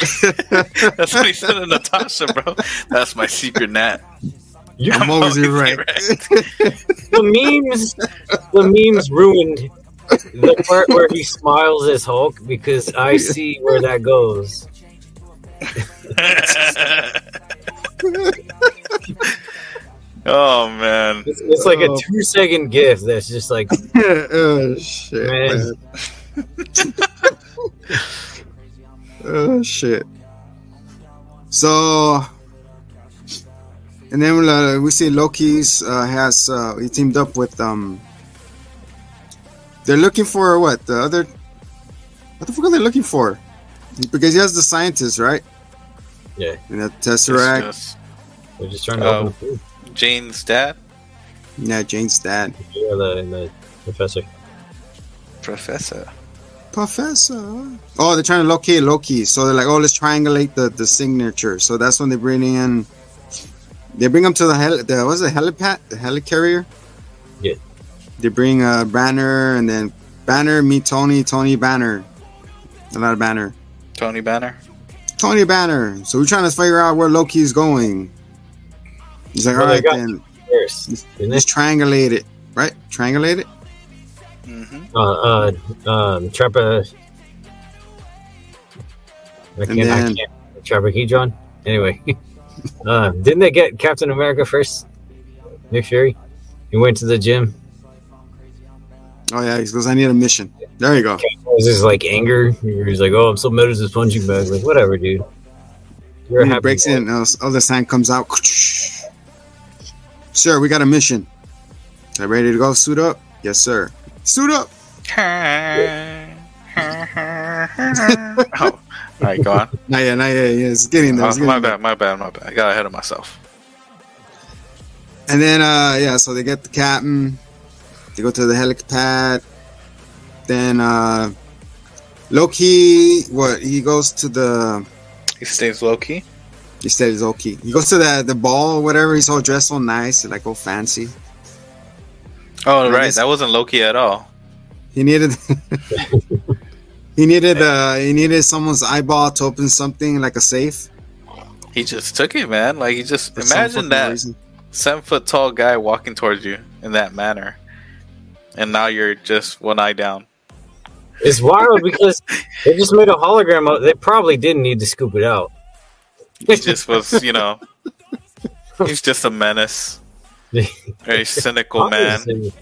[SPEAKER 4] That's what he said to Natasha, bro. That's my secret nat.
[SPEAKER 2] You-
[SPEAKER 3] I'm always erect.
[SPEAKER 4] erect.
[SPEAKER 2] the memes, the memes ruined the part where he smiles as Hulk because I see where that goes.
[SPEAKER 4] oh man.
[SPEAKER 2] It's, it's like a
[SPEAKER 3] Oh.
[SPEAKER 2] two second gif that's just like
[SPEAKER 3] oh shit.
[SPEAKER 2] Man.
[SPEAKER 3] man. oh shit. So and then uh, we see Loki's uh, has uh, he teamed up with um they're looking for what the other what the fuck are they looking for because he has the scientist right
[SPEAKER 2] Yeah.
[SPEAKER 3] and the tesseract
[SPEAKER 4] It's
[SPEAKER 2] they're just trying to open
[SPEAKER 4] Oh.
[SPEAKER 2] the food.
[SPEAKER 4] just Jane's dad,
[SPEAKER 3] yeah Jane's dad
[SPEAKER 2] Yeah, the, and the professor.
[SPEAKER 4] professor.
[SPEAKER 3] Professor. Oh, they're trying to locate Loki. So they're like, oh, let's triangulate the, the signature. So that's when they bring in. They bring him to the heli. The, what's it, helipad? The helicarrier?
[SPEAKER 2] Yeah.
[SPEAKER 3] They bring uh, Banner and then Banner meet Tony, Tony Banner. A lot of Banner.
[SPEAKER 4] Tony Banner.
[SPEAKER 3] Tony Banner. So we're trying to figure out where Loki's going. He's like,
[SPEAKER 2] Well,
[SPEAKER 3] all
[SPEAKER 2] they
[SPEAKER 3] right,
[SPEAKER 2] got-
[SPEAKER 3] then.
[SPEAKER 2] First, and
[SPEAKER 3] Let's triangulate it. Right? Triangulate it? Mm-hmm.
[SPEAKER 4] hmm
[SPEAKER 2] uh, uh, um, Trapa. I can't.
[SPEAKER 3] then-
[SPEAKER 2] I can't. Trapahedron. Anyway, uh, didn't they get Captain America first? Nick Fury. He went to the gym.
[SPEAKER 3] Oh, yeah. He goes, I need a mission. There you go.
[SPEAKER 2] It was just like anger. He was like, "Oh, I'm so mad at this punching bag." Like, whatever, dude. You're a
[SPEAKER 3] He
[SPEAKER 2] happy
[SPEAKER 3] breaks
[SPEAKER 2] boy.
[SPEAKER 3] in, and the other sign comes out. Sir, we got a mission. Are you ready to go? Suit up? Yes, sir. Suit up!
[SPEAKER 4] oh, all right, go on.
[SPEAKER 3] Nah, yeah, nah, yeah, yeah. It's getting there.
[SPEAKER 4] Oh,
[SPEAKER 3] It's
[SPEAKER 4] my
[SPEAKER 3] getting there.
[SPEAKER 4] bad, my bad, my bad. I got ahead of myself.
[SPEAKER 3] And then, uh, yeah, so they get the captain. They go to the helipad. Then, uh, Loki, what? He goes to the.
[SPEAKER 4] He stays low key.
[SPEAKER 3] He said it's okay. He goes to the, the ball or whatever. He's all dressed all nice, like all fancy.
[SPEAKER 4] Oh,
[SPEAKER 3] I
[SPEAKER 4] right.
[SPEAKER 3] guess-
[SPEAKER 4] That wasn't low key at all.
[SPEAKER 3] He needed. he needed. Uh, he needed someone's eyeball to open something like a safe.
[SPEAKER 4] He just took it, man. Like he just
[SPEAKER 3] for some
[SPEAKER 4] imagine
[SPEAKER 3] fucking
[SPEAKER 4] that
[SPEAKER 3] reason.
[SPEAKER 4] seven foot tall guy walking towards you in that manner, and now you're just one eye down.
[SPEAKER 2] It's wild because they just made a hologram. Of, they probably didn't need to scoop it out.
[SPEAKER 4] He just was, you know, he's just a menace, very cynical man.
[SPEAKER 2] Obviously.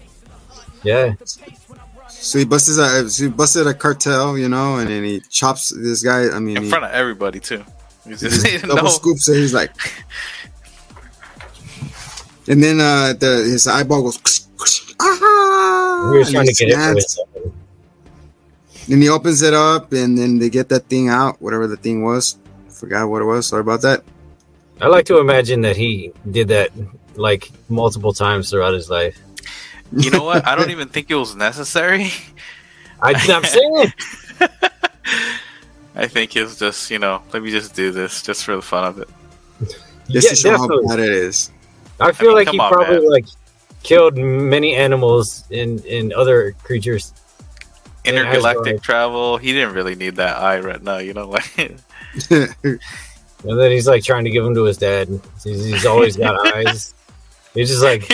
[SPEAKER 2] Yeah,
[SPEAKER 3] So he busted a so he busted a cartel, you know, and then he chops this guy. I mean,
[SPEAKER 4] in
[SPEAKER 3] he,
[SPEAKER 4] front of everybody too. You just
[SPEAKER 3] he
[SPEAKER 4] didn't
[SPEAKER 3] double
[SPEAKER 4] know.
[SPEAKER 3] scoops it. He's like, and then uh, the his eyeball goes. Ah!
[SPEAKER 2] we were
[SPEAKER 3] and
[SPEAKER 2] trying to
[SPEAKER 3] he
[SPEAKER 2] get it with
[SPEAKER 3] snaps,
[SPEAKER 2] something.
[SPEAKER 3] and he opens it up, and then they get that thing out, whatever the thing was. Forgot what it was. Sorry about that.
[SPEAKER 2] I like to imagine that he did that like multiple times throughout his life.
[SPEAKER 4] You know what? I don't even think it was necessary.
[SPEAKER 2] I, I'm saying
[SPEAKER 4] I think it was just, you know, let me just do this just for the fun of it.
[SPEAKER 3] Just
[SPEAKER 2] yeah,
[SPEAKER 3] to show
[SPEAKER 2] definitely.
[SPEAKER 3] how bad it is.
[SPEAKER 2] I feel
[SPEAKER 4] mean,
[SPEAKER 2] like
[SPEAKER 4] come
[SPEAKER 2] he
[SPEAKER 4] on,
[SPEAKER 2] probably
[SPEAKER 4] man.
[SPEAKER 2] like killed many animals and and other creatures. Yeah, that's
[SPEAKER 4] Intergalactic
[SPEAKER 2] right.
[SPEAKER 4] travel. He didn't really need that eye right now, you know, like
[SPEAKER 2] And then he's like trying to give them to his dad. He's, he's always got eyes. He's just like,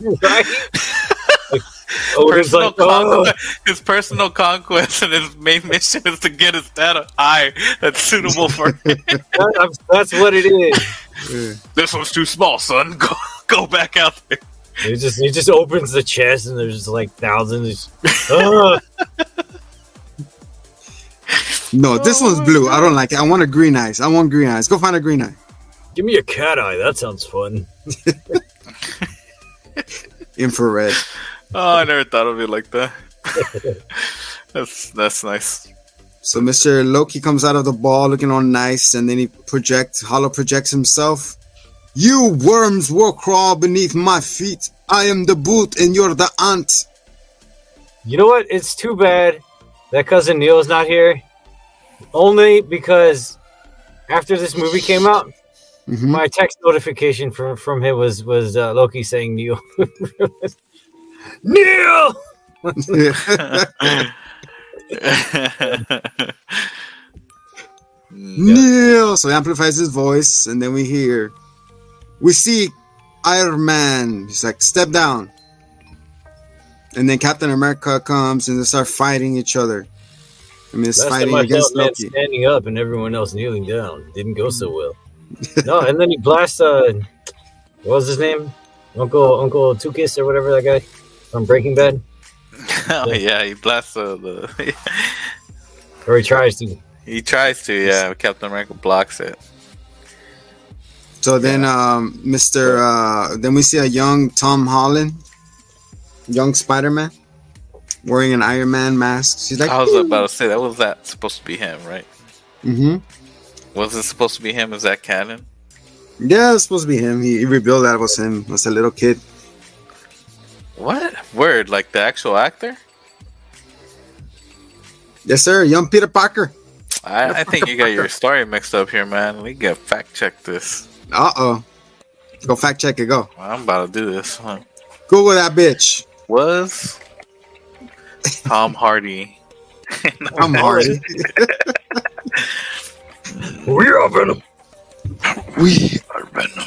[SPEAKER 2] right? Like, Odin's
[SPEAKER 4] personal
[SPEAKER 2] like, oh,
[SPEAKER 4] conquest, his personal conquest and his main mission is to get his dad an eye that's suitable for him.
[SPEAKER 2] that- I'm- that's what it is.
[SPEAKER 3] Yeah.
[SPEAKER 4] this one's too small, son. Go go back out there.
[SPEAKER 2] He just he just opens the chest and there's just like thousands. "Oh, Of, Ugh.
[SPEAKER 3] No, this one's blue. I don't like it. I want a green eyes. I want green eyes. Go find a green eye.
[SPEAKER 2] give me a cat eye. That sounds fun.
[SPEAKER 3] Infrared.
[SPEAKER 4] Oh, I never thought of it like that. that's that's nice.
[SPEAKER 3] So Mr. Loki comes out of the ball looking all nice, and then he projects, hollow projects himself. You worms will crawl beneath my feet. I am the boot, and you're the ant.
[SPEAKER 2] You know what? It's too bad that cousin Neil's not here. Only because after this movie came out,
[SPEAKER 3] Mhm.
[SPEAKER 2] my text notification from from him was was uh, Loki saying Neil. Neil.
[SPEAKER 3] Neil. So he amplifies his voice, and then we hear, we see Iron Man. He's like, step down. And then Captain America comes, and they start fighting each other. I mean, it's
[SPEAKER 2] Last time
[SPEAKER 3] fighting
[SPEAKER 2] I
[SPEAKER 3] against
[SPEAKER 2] felt man
[SPEAKER 3] Loki.
[SPEAKER 2] standing up and everyone else kneeling down didn't go so well. no, and then he blasts. Uh, what was his name? Uncle Uncle Tukis or whatever that guy from Breaking Bad,
[SPEAKER 4] oh yeah, he blasts uh, the.
[SPEAKER 2] or he tries to.
[SPEAKER 4] he tries to. Yeah, Captain America blocks it.
[SPEAKER 3] So then, um, Mr. Uh, then we see a young Tom Holland, young Spider Man, wearing an Iron Man mask. She's like,
[SPEAKER 4] I was about to say that was that supposed to be him, right?
[SPEAKER 3] hmm
[SPEAKER 4] Was it supposed to be him? Is that canon?
[SPEAKER 3] yeah, it's supposed to be him. He, he revealed that was him. Was a little kid.
[SPEAKER 4] What word? Like the actual actor?
[SPEAKER 3] Yes, sir. Young Peter Parker.
[SPEAKER 4] I, I think you got your story mixed up here, man. We got fact check this.
[SPEAKER 3] Uh oh. Go fact check it. Go
[SPEAKER 4] I'm about to do this. Huh?
[SPEAKER 3] Google that bitch.
[SPEAKER 4] Was Tom Hardy?
[SPEAKER 3] I'm hard.
[SPEAKER 2] We are Venom.
[SPEAKER 3] we
[SPEAKER 4] or Venom?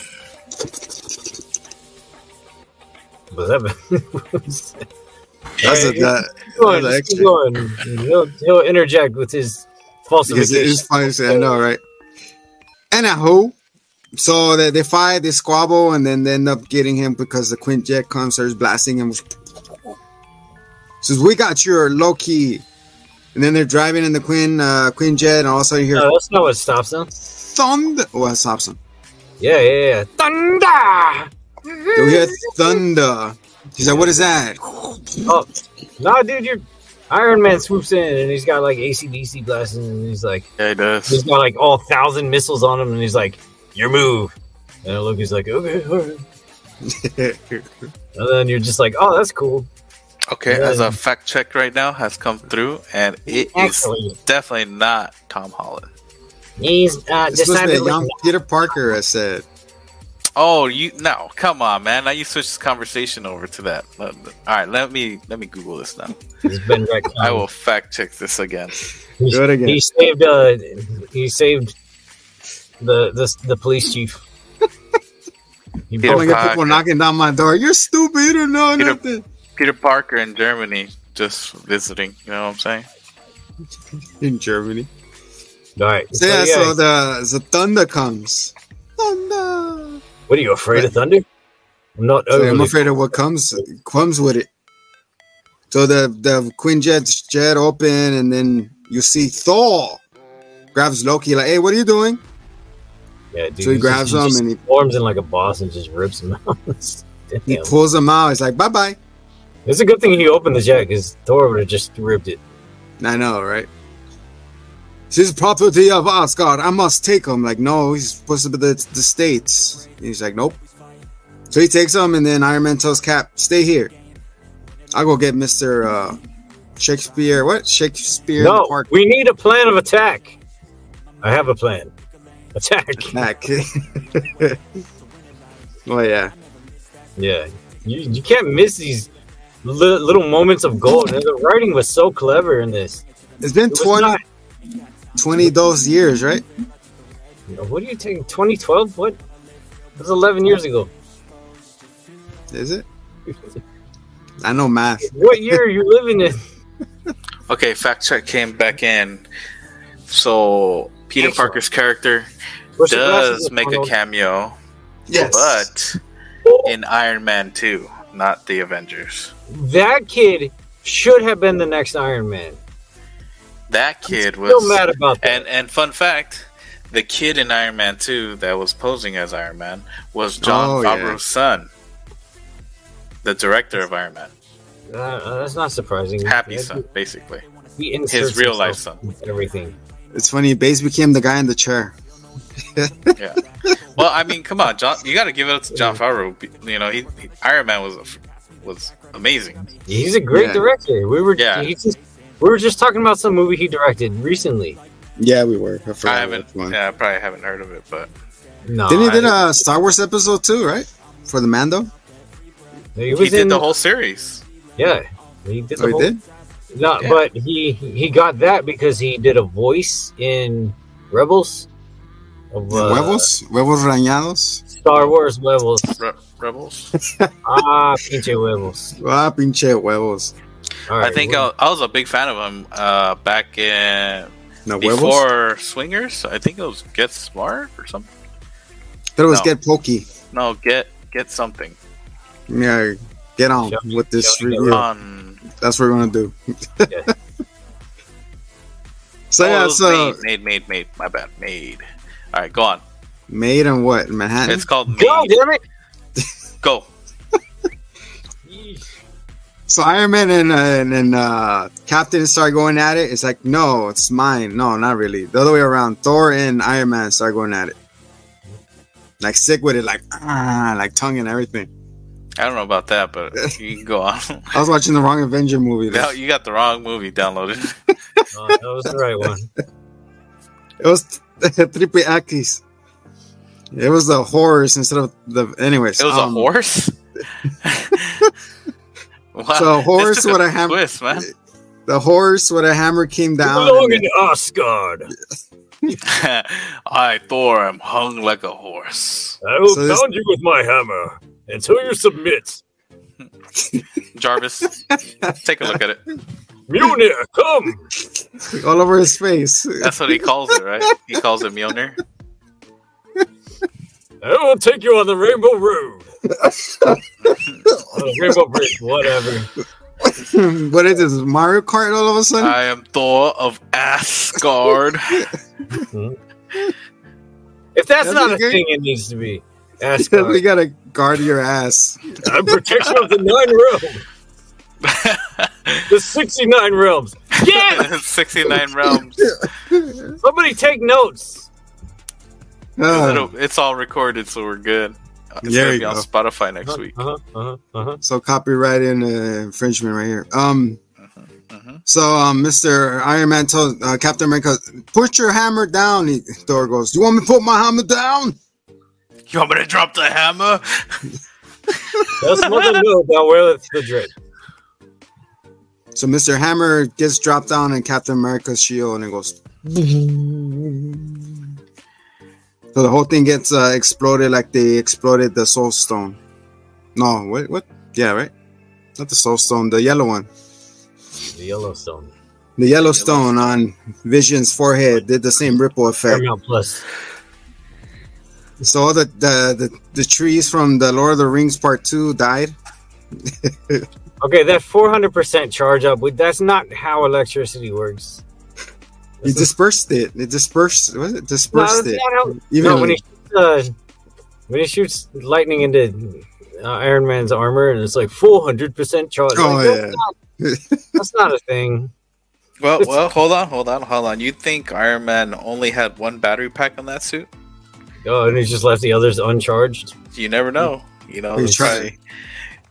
[SPEAKER 2] Was that Venom?
[SPEAKER 3] that's a, that,
[SPEAKER 2] Keep going,
[SPEAKER 3] Another
[SPEAKER 2] just keep going. He'll, he'll interject with his
[SPEAKER 3] because it is
[SPEAKER 2] falsification.
[SPEAKER 3] funny. I know, right? Anywho, so they, they fight, they squabble, and then they end up getting him because the Quinjet comes, starts blasting him. Says, "We got your Loki," and then they're driving in the Queen uh, Queen Jet, and all of a sudden you hear
[SPEAKER 2] No, that's not what stops them.
[SPEAKER 3] thunder. Oh, that stops him.
[SPEAKER 2] Yeah, yeah, yeah. Thunder!
[SPEAKER 3] They hear thunder. He's like, "What is that?"
[SPEAKER 2] Oh, nah, dude, your Iron Man swoops in and he's got like ACDC blasting and he's like,
[SPEAKER 4] Yeah, he
[SPEAKER 2] he's
[SPEAKER 4] does.
[SPEAKER 2] got like all thousand missiles on him and he's like, your move. And Loki's like, okay, all right. And then you're just like, oh, that's cool.
[SPEAKER 4] Okay, as a fact check right now has come through, and it is
[SPEAKER 2] Actually,
[SPEAKER 4] definitely not Tom Holland.
[SPEAKER 2] he's uh,
[SPEAKER 3] It's supposed to be a
[SPEAKER 2] decided.
[SPEAKER 3] young Peter Parker. I said,
[SPEAKER 4] Oh, you no, come on, man! Now you switch this conversation over to that. Let- All right, let me let me Google this now.
[SPEAKER 2] He's been retconned.
[SPEAKER 4] I will fact check this again.
[SPEAKER 2] He's-
[SPEAKER 3] Do it again.
[SPEAKER 2] He saved. Uh, he saved the the the police chief. He
[SPEAKER 4] Peter
[SPEAKER 3] "Oh my
[SPEAKER 2] broke-
[SPEAKER 3] god, people
[SPEAKER 4] Parker.
[SPEAKER 3] knocking down my door. You're stupid. You don't know
[SPEAKER 4] Peter-
[SPEAKER 3] nothing."
[SPEAKER 4] Peter Parker in Germany just visiting. You know what I'm saying?
[SPEAKER 3] In Germany.
[SPEAKER 2] All right.
[SPEAKER 3] So
[SPEAKER 2] So,
[SPEAKER 3] yeah,
[SPEAKER 2] yeah,
[SPEAKER 3] so the the thunder comes. Thunder.
[SPEAKER 2] what are you afraid of thunder? I'm not.
[SPEAKER 3] So I'm
[SPEAKER 2] overly-
[SPEAKER 3] afraid of what comes comes with it. So the the Quinjet's jet open, and then you see Thor grabs Loki like, "Hey, what are you doing?"
[SPEAKER 2] Yeah, dude,
[SPEAKER 3] so he
[SPEAKER 2] just-
[SPEAKER 3] grabs him
[SPEAKER 2] just
[SPEAKER 3] and he,
[SPEAKER 2] forms in like a boss and just rips him out.
[SPEAKER 3] he
[SPEAKER 2] Damn.
[SPEAKER 3] pulls him out. He's like, "Bye bye."
[SPEAKER 2] It's a good thing he opened the jack because Thor would have just ripped it.
[SPEAKER 3] I know, right? She's property of Asgard. I must take him. Like, no, he's supposed to be the, the states. He's like, nope. So he takes them, and then Iron Man tells Cap, "Stay here. I'll go get Mister uh, Shakespeare. What Shakespeare? in the
[SPEAKER 2] No,
[SPEAKER 3] Park
[SPEAKER 2] we need a plan of attack. I have a plan. Attack.
[SPEAKER 3] back." well, Oh, yeah,
[SPEAKER 2] Yeah, you, you can't miss these li- little moments of gold. And the writing was so clever in this.
[SPEAKER 3] it's been
[SPEAKER 2] It was
[SPEAKER 3] 20,
[SPEAKER 2] not,
[SPEAKER 3] 20 those years, right?
[SPEAKER 2] you know, what are you taking? 2012? What? That was 11 years ago.
[SPEAKER 3] Is it? I know math.
[SPEAKER 2] What year are you living in?
[SPEAKER 4] Okay, fact check came back in. So Peter
[SPEAKER 2] Excellent.
[SPEAKER 4] Parker's character
[SPEAKER 2] Where's the
[SPEAKER 4] does
[SPEAKER 2] glasses,
[SPEAKER 4] make a
[SPEAKER 2] Arnold?
[SPEAKER 4] cameo,
[SPEAKER 3] Yes,
[SPEAKER 4] but in Iron Man 2, not the Avengers.
[SPEAKER 2] That kid should have been the next Iron Man.
[SPEAKER 4] That kid
[SPEAKER 2] Still
[SPEAKER 4] was
[SPEAKER 2] mad about that.
[SPEAKER 4] and and fun fact, the kid in Iron Man 2 that was posing as Iron Man was
[SPEAKER 3] Oh,
[SPEAKER 4] John
[SPEAKER 3] yeah.
[SPEAKER 4] Favreau's son. The director of Iron Man.
[SPEAKER 2] Uh, uh, that's not surprising.
[SPEAKER 4] Happy
[SPEAKER 2] That
[SPEAKER 4] son, basically.
[SPEAKER 2] dude- he inserts
[SPEAKER 4] His real life
[SPEAKER 2] himself
[SPEAKER 4] son.
[SPEAKER 2] in Everything.
[SPEAKER 3] it's funny. Baze became the guy in the chair.
[SPEAKER 4] Yeah. well, I mean, come on, John. You got to give it up to John Favreau. be- You know, he, he- Iron Man was a f- was amazing.
[SPEAKER 2] He's a great
[SPEAKER 3] Yeah.
[SPEAKER 2] director. We were
[SPEAKER 4] Yeah.
[SPEAKER 2] he's just, we were just talking about some movie he directed recently.
[SPEAKER 3] Yeah, we were. I, forgot
[SPEAKER 4] I haven't.
[SPEAKER 3] which one.
[SPEAKER 4] Yeah, I probably haven't heard of it, but
[SPEAKER 2] No,
[SPEAKER 3] Then he
[SPEAKER 2] I-
[SPEAKER 3] did a Star Wars episode too, right? For the Mando.
[SPEAKER 2] he,
[SPEAKER 4] he
[SPEAKER 2] was
[SPEAKER 4] did
[SPEAKER 2] in
[SPEAKER 4] the whole series.
[SPEAKER 2] yeah. He did the
[SPEAKER 3] Oh, he
[SPEAKER 2] whole
[SPEAKER 3] did.
[SPEAKER 2] No,
[SPEAKER 4] Yeah.
[SPEAKER 2] but he he got that because he did a voice in Rebels of uh,
[SPEAKER 3] Huevos, huevos rañados.
[SPEAKER 2] Star Wars Rebels.
[SPEAKER 4] Re- Rebels.
[SPEAKER 2] ah, pinche huevos.
[SPEAKER 3] Ah, pinche huevos.
[SPEAKER 2] All
[SPEAKER 4] I
[SPEAKER 2] right,
[SPEAKER 4] think
[SPEAKER 2] well,
[SPEAKER 4] I, I was a big fan of him uh, back in
[SPEAKER 3] No huevos.
[SPEAKER 4] before Swingers. I think it was Get Smart or something.
[SPEAKER 3] But it was
[SPEAKER 4] no.
[SPEAKER 3] get pokey.
[SPEAKER 4] No, get get something
[SPEAKER 3] Yeah, get on
[SPEAKER 2] Shall-
[SPEAKER 3] with this
[SPEAKER 2] shall we get
[SPEAKER 3] review.
[SPEAKER 4] "Ah." on.
[SPEAKER 3] That's what we're gonna do.
[SPEAKER 2] Yeah.
[SPEAKER 3] so
[SPEAKER 4] oh, it
[SPEAKER 3] yeah,
[SPEAKER 4] was
[SPEAKER 3] so
[SPEAKER 4] made, made, made, made. My bad, made. All right, go on.
[SPEAKER 3] made in what Manhattan?
[SPEAKER 4] It's called
[SPEAKER 2] God
[SPEAKER 4] Made.
[SPEAKER 2] damn it!
[SPEAKER 4] Go.
[SPEAKER 3] So Iron Man and uh, and, and uh, Captain start going at it. It's like no, it's mine. No, not really. The other way around. Thor and Iron Man start going at it. Like sick with it, like ah, like tongue and everything.
[SPEAKER 4] I don't know about that, but you can go on.
[SPEAKER 3] I was watching the wrong Avenger movie.
[SPEAKER 4] No,
[SPEAKER 3] Though.
[SPEAKER 4] you got the wrong movie downloaded.
[SPEAKER 2] No, Oh, that was the right one.
[SPEAKER 3] It was Triple Axis. It was the horrors instead of the. Anyways,
[SPEAKER 4] It was
[SPEAKER 3] um,
[SPEAKER 4] a horse. wow.
[SPEAKER 3] So a horse
[SPEAKER 4] took
[SPEAKER 3] with a ham-
[SPEAKER 4] twist, man.
[SPEAKER 3] The horse with a hammer came down.
[SPEAKER 2] Belong
[SPEAKER 3] and
[SPEAKER 2] in Asgard.
[SPEAKER 4] I Thor am hung like a horse.
[SPEAKER 2] I will
[SPEAKER 3] So this-
[SPEAKER 2] pound you with my hammer until you submit.
[SPEAKER 4] Jarvis, take a look at it.
[SPEAKER 2] Mjolnir, come!
[SPEAKER 3] it- all over his face.
[SPEAKER 4] That's what he calls it, right? He calls it Mjolnir.
[SPEAKER 2] I will take you on the Rainbow Road. Oh, Rainbow Bridge, whatever.
[SPEAKER 3] what is this? Mario Kart all of a sudden?
[SPEAKER 4] I am Thor of Asgard.
[SPEAKER 2] If that's
[SPEAKER 3] That'd
[SPEAKER 2] not
[SPEAKER 3] be
[SPEAKER 2] a
[SPEAKER 3] great.
[SPEAKER 2] thing, it needs to be. Ask
[SPEAKER 3] we gotta guard your ass.
[SPEAKER 2] I'm protection of the nine realms, the 69 realms. Yeah,
[SPEAKER 4] 69 realms.
[SPEAKER 2] somebody take notes.
[SPEAKER 3] Uh,
[SPEAKER 4] It'll- it's all recorded, so we're good. It's
[SPEAKER 3] There you
[SPEAKER 4] going to be on
[SPEAKER 3] go.
[SPEAKER 4] Spotify next week.
[SPEAKER 2] Uh-huh, uh-huh, uh-huh.
[SPEAKER 3] so copyright and uh, infringement right here. Um.
[SPEAKER 4] Mhm.
[SPEAKER 3] So um, Mr. Iron Man tells uh, Captain America, "Put your hammer down." He, Thor goes, "You want me to put my hammer down?"
[SPEAKER 4] You want me to drop the hammer?
[SPEAKER 2] That's mother know thou weareth the drip.
[SPEAKER 3] So Mr. Hammer gets dropped down in Captain America's shield, and it goes. So the whole thing gets uh, exploded like they exploded the Soul Stone. No, what? What? Yeah, right. Not the Soul Stone, the yellow one.
[SPEAKER 2] The Yellowstone.
[SPEAKER 3] The yellow stone on Vision's forehead did the same ripple effect.
[SPEAKER 2] Paramount Plus.
[SPEAKER 3] So all the the, the the trees from the Lord of the Rings Part Two died.
[SPEAKER 2] Okay, that 400% charge up, we- that's not how electricity works.
[SPEAKER 3] He dispersed it. It dispersed. Was
[SPEAKER 2] No,
[SPEAKER 3] it dispersed
[SPEAKER 2] that's
[SPEAKER 3] it?
[SPEAKER 2] not how.
[SPEAKER 3] Even
[SPEAKER 2] No, when he, shoots, uh, when he shoots lightning into uh, Iron Man's armor and it's like 400% charge.
[SPEAKER 3] Oh,
[SPEAKER 2] Like,
[SPEAKER 3] yeah.
[SPEAKER 2] that's, not, that's not a thing.
[SPEAKER 4] Well, well, hold on, hold on, hold on. You think Iron Man only had one battery pack on that suit?
[SPEAKER 2] Oh, and he's just left the others uncharged.
[SPEAKER 4] You never know. You know,
[SPEAKER 3] They
[SPEAKER 4] it's
[SPEAKER 3] tried.
[SPEAKER 4] probably-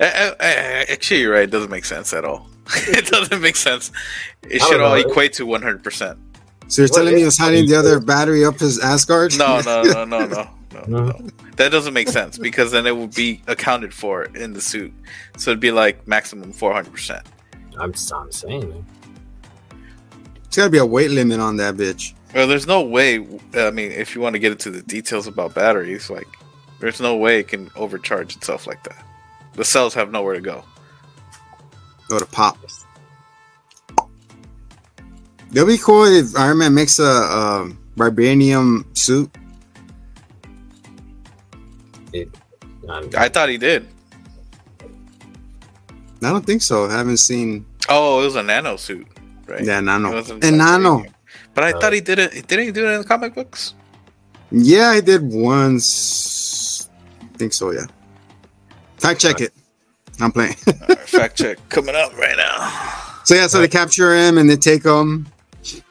[SPEAKER 4] Eh, I- I- I- actually, you're right. It doesn't make sense at all. it doesn't make sense. It
[SPEAKER 2] I
[SPEAKER 4] should
[SPEAKER 2] don't
[SPEAKER 4] all
[SPEAKER 2] know.
[SPEAKER 4] equate to 100. percent
[SPEAKER 3] So you're
[SPEAKER 2] Well,
[SPEAKER 3] telling me he
[SPEAKER 2] it-
[SPEAKER 3] was hiding the other battery up his Asgard?
[SPEAKER 4] No, no, no, no, no, no,
[SPEAKER 2] No.
[SPEAKER 4] no. That doesn't make sense because then it would be accounted for in the suit. So it'd be like maximum 400. percent
[SPEAKER 2] I'm, I'm saying, man.
[SPEAKER 3] There's got to be a weight limit on that bitch.
[SPEAKER 4] Well, there's no way. I mean, if you want to get into the details about batteries, like, there's no way it can overcharge itself like that. The cells have nowhere to go.
[SPEAKER 3] Go to pop. That'd be cool if Iron Man makes a, um vibranium suit.
[SPEAKER 2] I'm,
[SPEAKER 4] I thought he did.
[SPEAKER 3] I don't think so. I haven't seen
[SPEAKER 4] Oh, it was a nano suit, right?
[SPEAKER 3] that
[SPEAKER 4] It
[SPEAKER 3] nano.
[SPEAKER 4] wasn't
[SPEAKER 3] And nano.
[SPEAKER 4] vibranium. But I
[SPEAKER 2] No.
[SPEAKER 4] thought he did it. Didn't he do it in the comic books?
[SPEAKER 3] Yeah, I did once. I think so, yeah. Fact check it. I'm playing.
[SPEAKER 4] All right, fact check coming up right now.
[SPEAKER 3] So yeah, so they capture him and they take him, and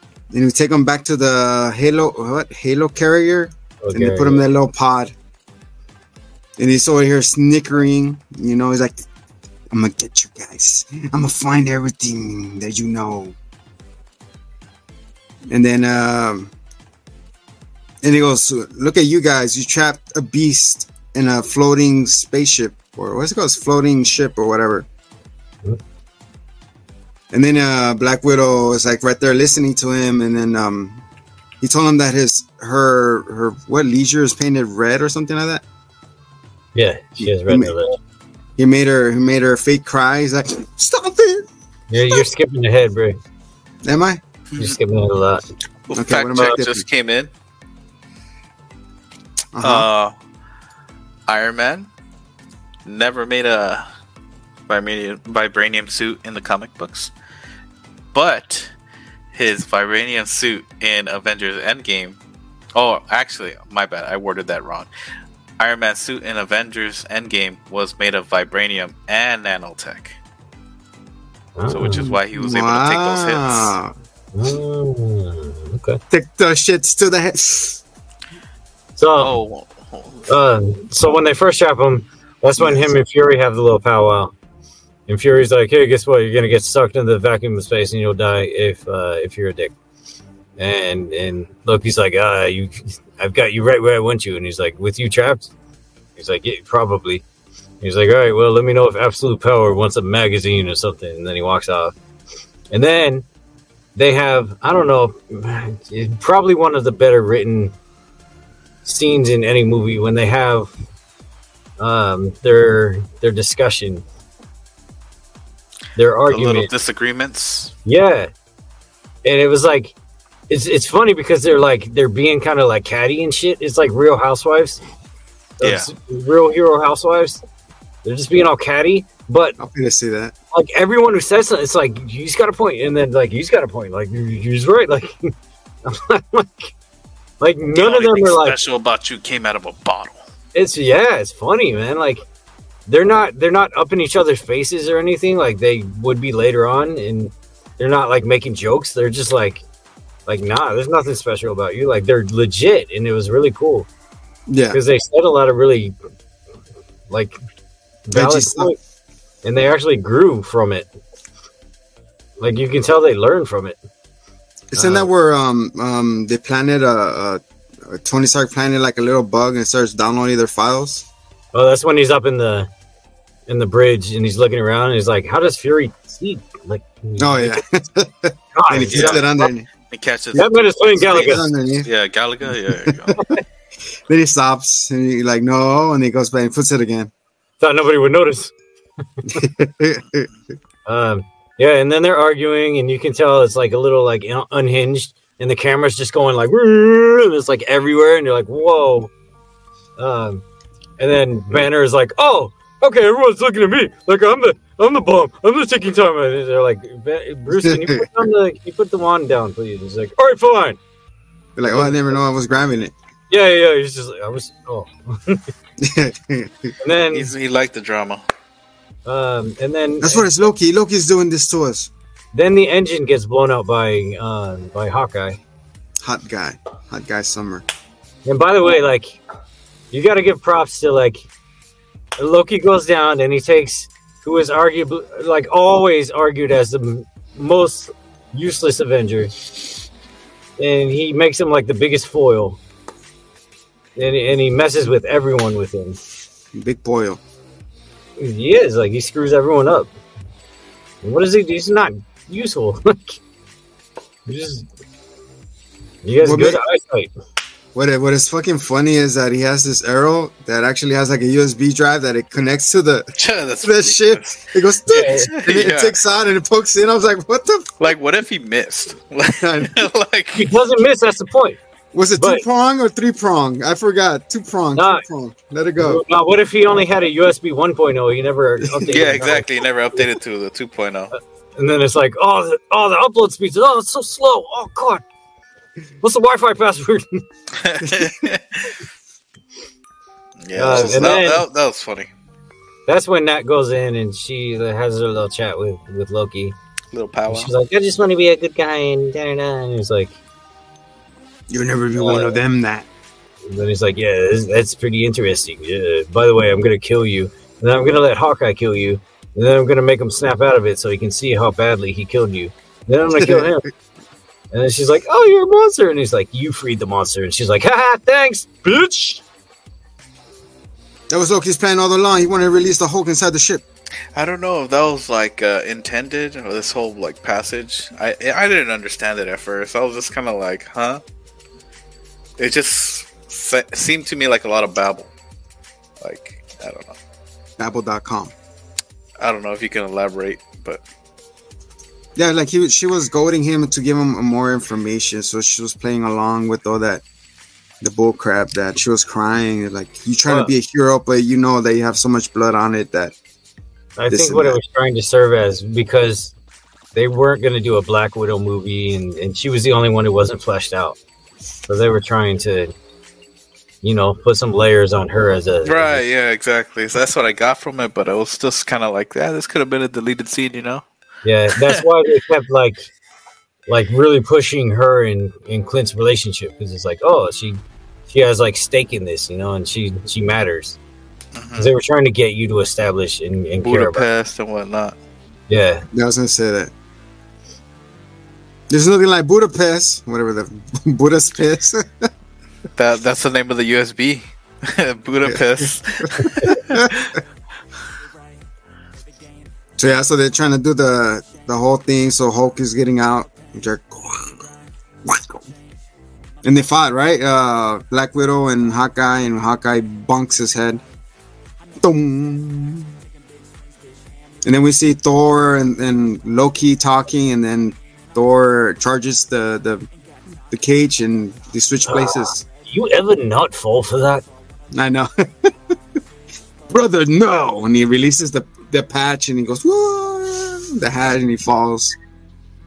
[SPEAKER 3] they take him back to the Halo what Halo carrier, and they put him in that little pod. And he's over here snickering, you know. He's like, "I'm gonna get you guys. I'm gonna find everything that you know." And then, um, and he goes, "Look at you guys! You trapped a beast in a floating spaceship, or what's it called? Floating ship, or whatever." And then uh, Black Widow is like right there listening to him, and then um, he told him that his her her what leisure is painted red or something like that.
[SPEAKER 2] Yeah, she has red lips.
[SPEAKER 3] He made her he made her fake cry. He's like, "Stop it!"
[SPEAKER 2] You're, you're skipping ahead, bro.
[SPEAKER 3] Am I?
[SPEAKER 2] You're skipping ahead a lot.
[SPEAKER 3] Okay,
[SPEAKER 4] Well,
[SPEAKER 3] what
[SPEAKER 4] fact
[SPEAKER 3] am I
[SPEAKER 4] check
[SPEAKER 3] different?
[SPEAKER 4] just came in.
[SPEAKER 3] Uh-huh.
[SPEAKER 4] uh Iron Man never made a vibranium, vibranium suit in the comic books, but his vibranium suit in Avengers Endgame. Oh, actually, my bad. I worded that wrong. Iron Man's suit in Avengers Endgame was made of vibranium and nanotech, so which is why he was able to take those hits.
[SPEAKER 3] Wow.
[SPEAKER 2] Mm, okay.
[SPEAKER 3] Take the shits to the head.
[SPEAKER 2] So,
[SPEAKER 4] Oh,
[SPEAKER 2] Uh, so when they first trap him, that's when him and Fury have the little powwow. And Fury's like, "Hey, guess what? You're gonna get sucked into the vacuum of space, and you'll die if uh, if you're a dick." And and Loki's like, "Ah, you, I've got you right where I want you." And he's like, "With you trapped?" He's like, "Yeah, probably." He's like, "All right, well, let me know if Absolute Power wants a magazine or something." And then he walks off. And then they have, I don't know, probably one of the better written scenes in any movie when they have um, their their discussion, their
[SPEAKER 4] the little
[SPEAKER 2] argument.
[SPEAKER 4] disagreements.
[SPEAKER 2] yeah, and it was like it's it's funny because they're like they're being kind of like catty and shit. It's like Real Housewives,
[SPEAKER 4] Yeah.
[SPEAKER 2] Those Real Hero Housewives. They're just being all catty, but
[SPEAKER 3] I'm gonna say that.
[SPEAKER 2] like everyone who says something, it's like he's got a point, and then like he's got a point, like he's right, like I'm like, like
[SPEAKER 4] The
[SPEAKER 2] none of
[SPEAKER 4] only
[SPEAKER 2] them
[SPEAKER 4] thing
[SPEAKER 2] are like
[SPEAKER 4] special about you came out of a bottle.
[SPEAKER 2] it's yeah, it's funny, man. Like they're not they're not up in each other's faces or anything like they would be later on, and they're not like making jokes. They're just like like nah, there's nothing special about you. Like they're legit, and it was really cool
[SPEAKER 3] Yeah,
[SPEAKER 2] because they said a lot of really like valid
[SPEAKER 3] stuff.
[SPEAKER 2] points, and they actually grew from it. Like you can tell they learned from it.
[SPEAKER 3] isn't that where um um they planted a, a, a Tony Stark planted like a little bug and starts downloading their files?
[SPEAKER 2] Oh, that's when he's up in the in the bridge and he's looking around and he's like, "How does Fury see?" Like,
[SPEAKER 3] Oh yeah,
[SPEAKER 2] God,
[SPEAKER 3] and he
[SPEAKER 4] yeah.
[SPEAKER 3] puts it under.
[SPEAKER 4] He catches.
[SPEAKER 2] that man is playing
[SPEAKER 3] Puts it
[SPEAKER 2] Galaga.
[SPEAKER 3] underneath.
[SPEAKER 4] Yeah, Galaga. Yeah, there you go.
[SPEAKER 3] Then he stops and he like no, and he goes back and puts it again.
[SPEAKER 2] Thought nobody would notice. Um, yeah, and then they're arguing, and you can tell it's like a little like un- unhinged, and the camera's just going like, "Rrrr," and it's like everywhere, and you're like, "Whoa!" Um, and then Banner is like, "Oh, okay, everyone's looking at me like I'm the I'm the bomb, I'm the ticking time." And they're like, "Ba- "Bruce, can you put down the can you put the wand down, please?" And he's like, "All right, fine."
[SPEAKER 3] You're like, oh, I never know I was grabbing it.
[SPEAKER 2] Yeah, yeah, yeah. He's just like, I was. Oh, and then
[SPEAKER 4] He's, he liked the drama.
[SPEAKER 2] um, and then
[SPEAKER 3] That's what it's Loki. Loki's doing this to us.
[SPEAKER 2] then the engine gets blown out by uh, by Hawkeye.
[SPEAKER 3] Hot guy. Hot guy summer.
[SPEAKER 2] And by the way, like you got to give props to like And Loki goes down, and he takes who is arguably, like always, argued as the m- most useless Avenger, and he makes him like the biggest foil, and and he messes with everyone with him.
[SPEAKER 3] Big boil.
[SPEAKER 2] He is like he screws everyone up. And what does he do? He's not useful. Like, you just you guys
[SPEAKER 3] Well,
[SPEAKER 2] good
[SPEAKER 3] maybe-
[SPEAKER 2] eyesight.
[SPEAKER 3] What it- what is fucking funny is that he has this arrow that actually has like a USB drive that it connects to the
[SPEAKER 4] That's
[SPEAKER 3] to that shit. It goes
[SPEAKER 2] Yeah.
[SPEAKER 3] and it, it takes out and it pokes in. I was like, what the?
[SPEAKER 4] Like, what if he missed? Like,
[SPEAKER 2] He
[SPEAKER 4] like
[SPEAKER 2] doesn't miss. That's the point.
[SPEAKER 3] F-? Was it two
[SPEAKER 2] But-
[SPEAKER 3] prong or three prong? I forgot. Two prong.
[SPEAKER 2] Nah.
[SPEAKER 3] Two prong. Let it go.
[SPEAKER 2] Now, what if he only had a USB 1.0? oh? He never updated.
[SPEAKER 4] yeah,
[SPEAKER 2] it.
[SPEAKER 4] exactly. He never updated to the oh. 2.0.
[SPEAKER 2] And then it's like, oh, the, oh, the upload speeds. Oh, it's so slow. Oh God, what's the Wi-Fi password?
[SPEAKER 4] yeah, that,
[SPEAKER 2] Uh,
[SPEAKER 4] was,
[SPEAKER 2] and
[SPEAKER 4] that-
[SPEAKER 2] then-
[SPEAKER 4] that- that was funny.
[SPEAKER 2] That's when Nat goes in and she has her little chat with with Loki.
[SPEAKER 4] Little
[SPEAKER 2] And
[SPEAKER 4] powwow.
[SPEAKER 2] She's like, I just want to be a good guy, and da da da. And he's like,
[SPEAKER 3] You'll never be
[SPEAKER 2] Uh,
[SPEAKER 3] one of them. That.
[SPEAKER 2] and then he's like, yeah, that's, that's pretty interesting. Yeah. By the way, I'm gonna kill you, and then I'm gonna let Hawkeye kill you, and then I'm gonna make him snap out of it so he can see how badly he killed you. Then I'm gonna kill him. And then she's like, "Oh, you're a monster," and he's like, "You freed the monster," and she's like, "Ha ha, thanks, bitch."
[SPEAKER 3] That was Loki's plan all along. He wanted to release the Hulk inside the ship.
[SPEAKER 4] I don't know if that was like uh, intended or this whole like passage. I I didn't understand it at first. I was just kind of like, huh? It just se- seemed to me like a lot of babble. Like I don't know.
[SPEAKER 3] Apple.com.
[SPEAKER 4] I don't know if you can elaborate, but
[SPEAKER 3] Yeah, like he was- she was goading him to give him more information, so she was playing along with all that the bull crap that she was crying and like you trying
[SPEAKER 2] Well-
[SPEAKER 3] to be a hero, but you know that you have so much blood on it that
[SPEAKER 2] I
[SPEAKER 3] this
[SPEAKER 2] think
[SPEAKER 3] and
[SPEAKER 2] what it
[SPEAKER 3] that.
[SPEAKER 2] was trying to serve as because they weren't going to do a Black Widow movie, and, and she was the only one who wasn't fleshed out. So they were trying to, you know, put some layers on her as a
[SPEAKER 4] right, yeah, exactly. So that's what I got from it. But I was just kind of like, yeah, this could have been a deleted scene, you know?
[SPEAKER 2] Yeah, that's why they kept like, like really pushing her and and Clint's relationship because it's like, oh, she she has like stake in this, you know, and she she matters. 'Cause They were trying to get you to establish and, and care about.
[SPEAKER 4] Budapest and whatnot.
[SPEAKER 2] Yeah,
[SPEAKER 3] Yeah, I was gonna say that. There's nothing like Budapest, whatever the Buddha's piss.
[SPEAKER 4] That that's the name of the USB. Budapest.
[SPEAKER 3] so yeah, so they're trying to do the the whole thing. So Hulk is getting out, jerk, and they fought right. Uh, Black Widow and Hawkeye, and Hawkeye bunks his head. Thum. And then we see Thor and, and Loki talking, and then Thor charges the the, the cage, and they switch places.
[SPEAKER 2] you ever not fall for that?
[SPEAKER 3] I know. Brother, no. And he releases the, the patch and he goes, Whoa! The hat and he falls.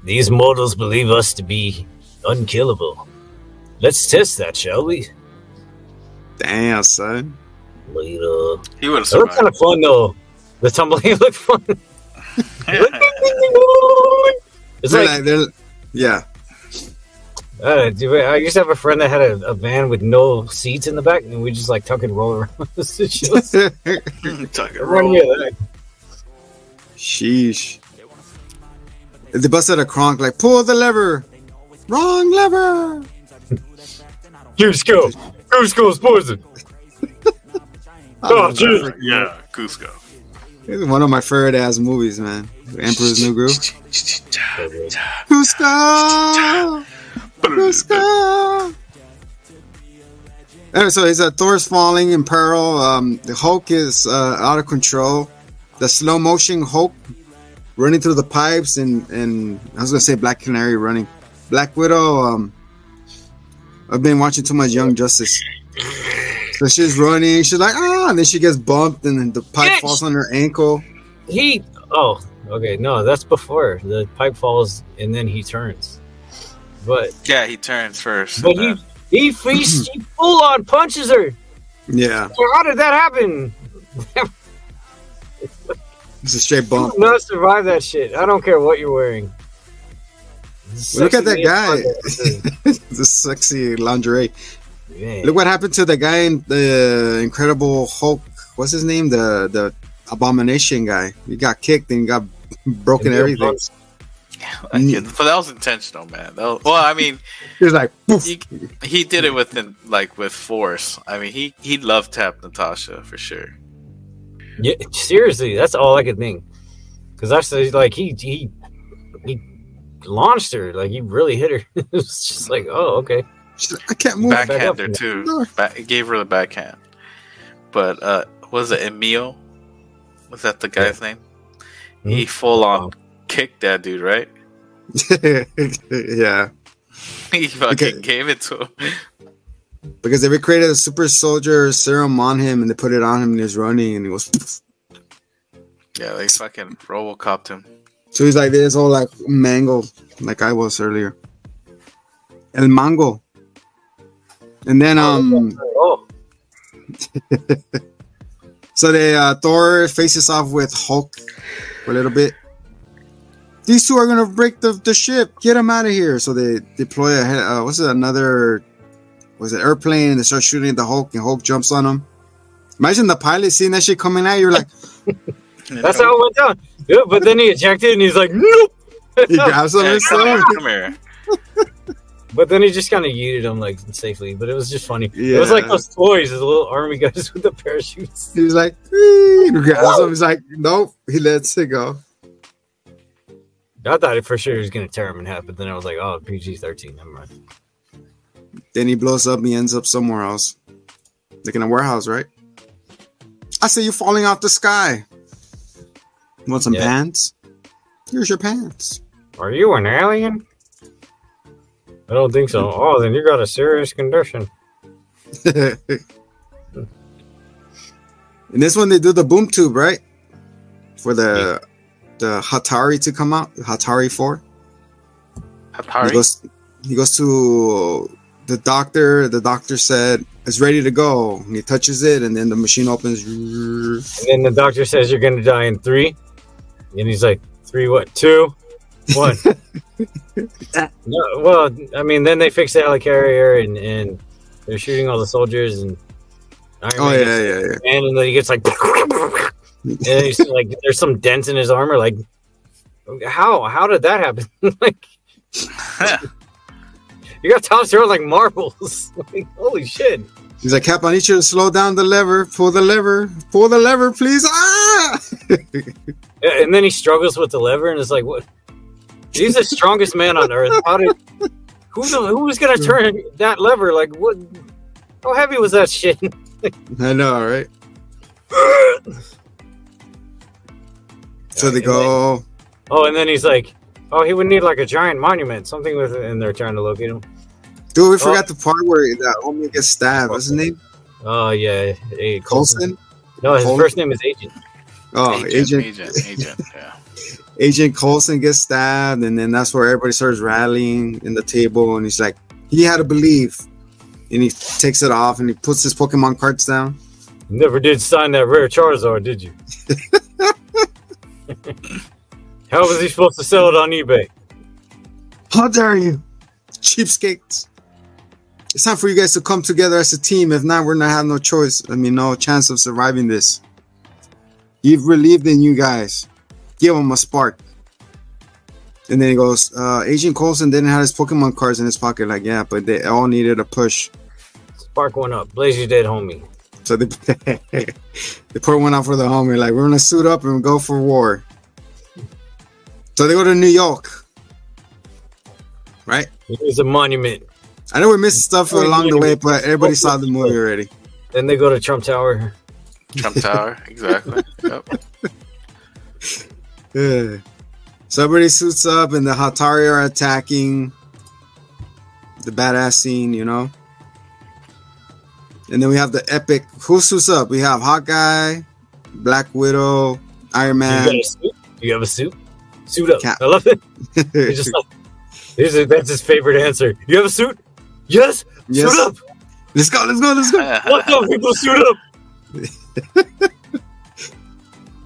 [SPEAKER 2] These mortals believe us to be unkillable. Let's test that, shall we?
[SPEAKER 3] Damn, son.
[SPEAKER 2] Later.
[SPEAKER 4] he would have
[SPEAKER 2] That looked kind
[SPEAKER 4] survived.
[SPEAKER 2] of fun, though. The tumbling looked fun. it's
[SPEAKER 3] They're
[SPEAKER 2] like,
[SPEAKER 3] like, they're, yeah.
[SPEAKER 2] uh, do I I used to have a friend that had a, a van with no seats in the back, and we just like tuck and roll around. It's just-
[SPEAKER 4] Tuck and
[SPEAKER 2] Run
[SPEAKER 4] roll.
[SPEAKER 2] me that.
[SPEAKER 3] Sheesh. They busted a cronk, like, pull the lever. Wrong lever.
[SPEAKER 2] Goose go. Goose goes poison. Oh, Jesus.
[SPEAKER 4] Yeah, Cusco.
[SPEAKER 3] This is one of my favorite ass movies, man. Emperor's New Groove.
[SPEAKER 2] That
[SPEAKER 3] Cusco! Cusco! Anyway, so he's uh, Thor's falling in peril. Um, the Hulk is uh, out of control. The slow motion Hulk running through the pipes, and and I was gonna say Black Canary running. Black Widow. Um, I've been watching too much Young Justice. So she's running. She's like ah, and then she gets bumped, and then the pipe
[SPEAKER 2] Bitch.
[SPEAKER 3] falls on her ankle.
[SPEAKER 2] he. Oh, okay. No, that's before the pipe falls, and then he turns. But
[SPEAKER 4] Yeah, he turns first.
[SPEAKER 2] But
[SPEAKER 4] and
[SPEAKER 2] he
[SPEAKER 4] then-
[SPEAKER 2] he frees he full on punches her.
[SPEAKER 3] Yeah,
[SPEAKER 2] So how did that happen?
[SPEAKER 3] it's a straight
[SPEAKER 2] You
[SPEAKER 3] bump.
[SPEAKER 2] would not survive that shit. I don't care what you're wearing.
[SPEAKER 3] Look at that
[SPEAKER 2] Sexy
[SPEAKER 3] guy.
[SPEAKER 2] man.
[SPEAKER 3] This sexy lingerie.
[SPEAKER 2] Man.
[SPEAKER 3] Look what happened to the guy in the Incredible Hulk. what's his name? The the abomination guy. He got kicked and got broken
[SPEAKER 2] Yeah,
[SPEAKER 3] everything.
[SPEAKER 2] but-
[SPEAKER 4] I get- but that was intentional, man. That was- well, I mean,
[SPEAKER 3] He was like, poof.
[SPEAKER 4] he, he did it with like with force. I mean, he he loved tap Natasha for sure.
[SPEAKER 2] Yeah, seriously, that's all I could think. Because that's the- like he he he launched her, like he really hit her. it was just like, oh okay.
[SPEAKER 3] She's like, I can't move.
[SPEAKER 2] Back up.
[SPEAKER 4] Backhander too. Ba- gave her the backhand. But uh, was it Emil? Was that the guy's name?
[SPEAKER 3] Hmm?
[SPEAKER 4] He full on kicked that dude, right?
[SPEAKER 3] yeah,
[SPEAKER 4] He fucking
[SPEAKER 3] Okay.
[SPEAKER 4] gave it to him.
[SPEAKER 3] because they recreated a super soldier serum on him and they put it on him and he was running and he was. poof.
[SPEAKER 4] Yeah, they fucking robocopped him.
[SPEAKER 3] So he's like this, all like mangled, like I was earlier. El mango. And then um,
[SPEAKER 2] Oh,
[SPEAKER 3] so they uh, Thor faces off with Hulk for a little bit. These two are gonna break the, the ship. Get them out of here. So they deploy a he- uh, what's it another was it airplane and they start shooting at the Hulk and Hulk jumps on him. Imagine the pilot seeing that shit coming out. You're like,
[SPEAKER 2] that's how it went down. Yeah, but then he ejected, and he's like, nope.
[SPEAKER 3] he grabs him.
[SPEAKER 4] Yeah,
[SPEAKER 3] and
[SPEAKER 4] come here,
[SPEAKER 3] stuff.
[SPEAKER 4] come here.
[SPEAKER 2] But then he just kind of yeeted him like safely. But it was just funny. It was
[SPEAKER 3] Yeah.
[SPEAKER 2] like those toys, those little army guys with the parachutes.
[SPEAKER 3] He's like, "Wee," he grabs him. He's like, nope. He lets it go.
[SPEAKER 2] I thought it for sure he was gonna tear him in half, but then I was like, oh, PG thirteen. Never mind.
[SPEAKER 3] Then he blows up and he ends up somewhere else. Like in a warehouse, right? I see you falling off the sky. You want some
[SPEAKER 2] Yeah.
[SPEAKER 3] pants? Here's your pants.
[SPEAKER 2] Are you an alien? I don't think so. Oh, then you got a serious condition.
[SPEAKER 3] in this one they do the boom tube, right? For the the Hatari to come out, Hatari 4.
[SPEAKER 4] Hatari.
[SPEAKER 3] He goes. He goes to the doctor. The doctor said it's ready to go. And he touches it, and then the machine opens.
[SPEAKER 2] And then the doctor says you're gonna die in three. And he's like, three what? Two? One. no, well, I mean then they fix the helicarrier and, and they're shooting all the soldiers and Iron
[SPEAKER 3] Oh
[SPEAKER 2] Man
[SPEAKER 3] yeah, yeah, yeah.
[SPEAKER 2] gets- and then he gets like and then he's like there's some dents in his armor, like how how did that happen? like you got tossed around like marbles. like, holy shit.
[SPEAKER 3] He's like, Cap, I need you to slow down the lever. Pull the lever. Pull the lever, please. Ah!
[SPEAKER 2] Yeah, and then he struggles with the lever and is like, "What? He's the strongest man on earth. How did? Who the, who was gonna turn that lever? Like what? How heavy was that shit? Oh,
[SPEAKER 3] I know, right? So
[SPEAKER 2] And
[SPEAKER 3] they
[SPEAKER 2] then-
[SPEAKER 3] go.
[SPEAKER 2] oh, and then he's like, "Oh, he would need like a giant monument, something with." And they're trying to locate him.
[SPEAKER 3] Dude, we forgot the part where that woman gets stabbed. What's his name?
[SPEAKER 2] Oh yeah, hey,
[SPEAKER 3] Colson.
[SPEAKER 2] No, his
[SPEAKER 3] Colson?
[SPEAKER 2] first name is Agent.
[SPEAKER 3] Oh,
[SPEAKER 4] agent,
[SPEAKER 3] Agent
[SPEAKER 4] agent, agent. Yeah.
[SPEAKER 3] Agent Colson gets stabbed, and then that's where everybody starts rallying in the table, and he's like, he had to believe. And he takes it off and he puts his Pokemon cards down.
[SPEAKER 2] Never did sign that rare Charizard, did you? How was he supposed to sell it on eBay?
[SPEAKER 3] How dare you? Cheapskates. It's time for you guys to come together as a team. If not, we're not have no choice. I mean, no chance of surviving this. You've relieved in you guys. Give him a spark. And then he goes, uh, Agent Colson didn't have his Pokemon cards in his pocket. Like, yeah, but they all needed a push.
[SPEAKER 2] Spark one up, blaze your dead homie.
[SPEAKER 3] So they, they put one out for the homie. Like, we're gonna suit up and go for war. So they go to New York. Right?
[SPEAKER 2] Here's a monument.
[SPEAKER 3] I know we missed stuff along the way, but everybody saw the movie already.
[SPEAKER 2] Then they go to Trump Tower.
[SPEAKER 4] Trump Tower. Exactly. Yep.
[SPEAKER 3] Yeah. So everybody suits up and the Hatari are attacking the badass scene, you know? And then we have the epic. Who suits up? We have Hawkeye, Black Widow, Iron
[SPEAKER 2] You got
[SPEAKER 3] Man.
[SPEAKER 2] a suit? Do you have a suit? Suit up.
[SPEAKER 3] Cap.
[SPEAKER 2] I love it. He's just like, he's like- that's his favorite answer. You have a suit? Yes.
[SPEAKER 3] Yes.
[SPEAKER 2] Suit up.
[SPEAKER 3] Let's go, let's go, let's go.
[SPEAKER 2] Let's go, people. Suit up.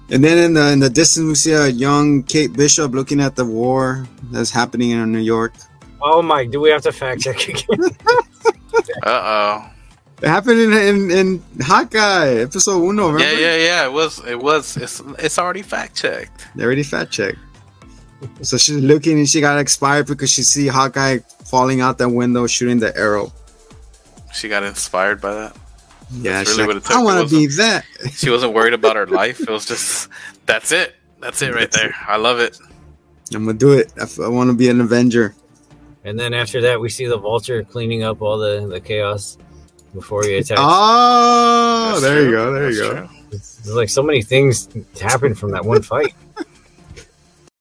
[SPEAKER 3] And then in the in the distance, we see a young Kate Bishop looking at the war that's happening in New York.
[SPEAKER 2] Oh my! Do we have to fact check again?
[SPEAKER 4] Uh oh.
[SPEAKER 3] It happened in in, in Hawkeye episode uno. Remember?
[SPEAKER 4] Yeah, yeah, yeah. It was, it was. It's, it's already fact checked.
[SPEAKER 3] They already fact checked. So she's looking and she got expired because she see Hawkeye falling out that window shooting the arrow.
[SPEAKER 4] She got inspired by that.
[SPEAKER 3] Yeah,
[SPEAKER 4] That's
[SPEAKER 3] she's like,
[SPEAKER 4] really what it took.
[SPEAKER 3] I
[SPEAKER 4] It
[SPEAKER 3] want to
[SPEAKER 4] wasn't-
[SPEAKER 3] be that.
[SPEAKER 4] She wasn't worried about her life. It was just, that's it. That's it right there. I love it.
[SPEAKER 3] I'm gonna do it. I, want to be an Avenger.
[SPEAKER 2] And then after that, we see the vulture cleaning up all the, the chaos before he attacks.
[SPEAKER 3] Oh,
[SPEAKER 4] That's
[SPEAKER 3] there you
[SPEAKER 4] true.
[SPEAKER 3] go. Oh, There you
[SPEAKER 4] That's
[SPEAKER 3] go.
[SPEAKER 4] true.
[SPEAKER 2] There's like so many things happened from that one fight.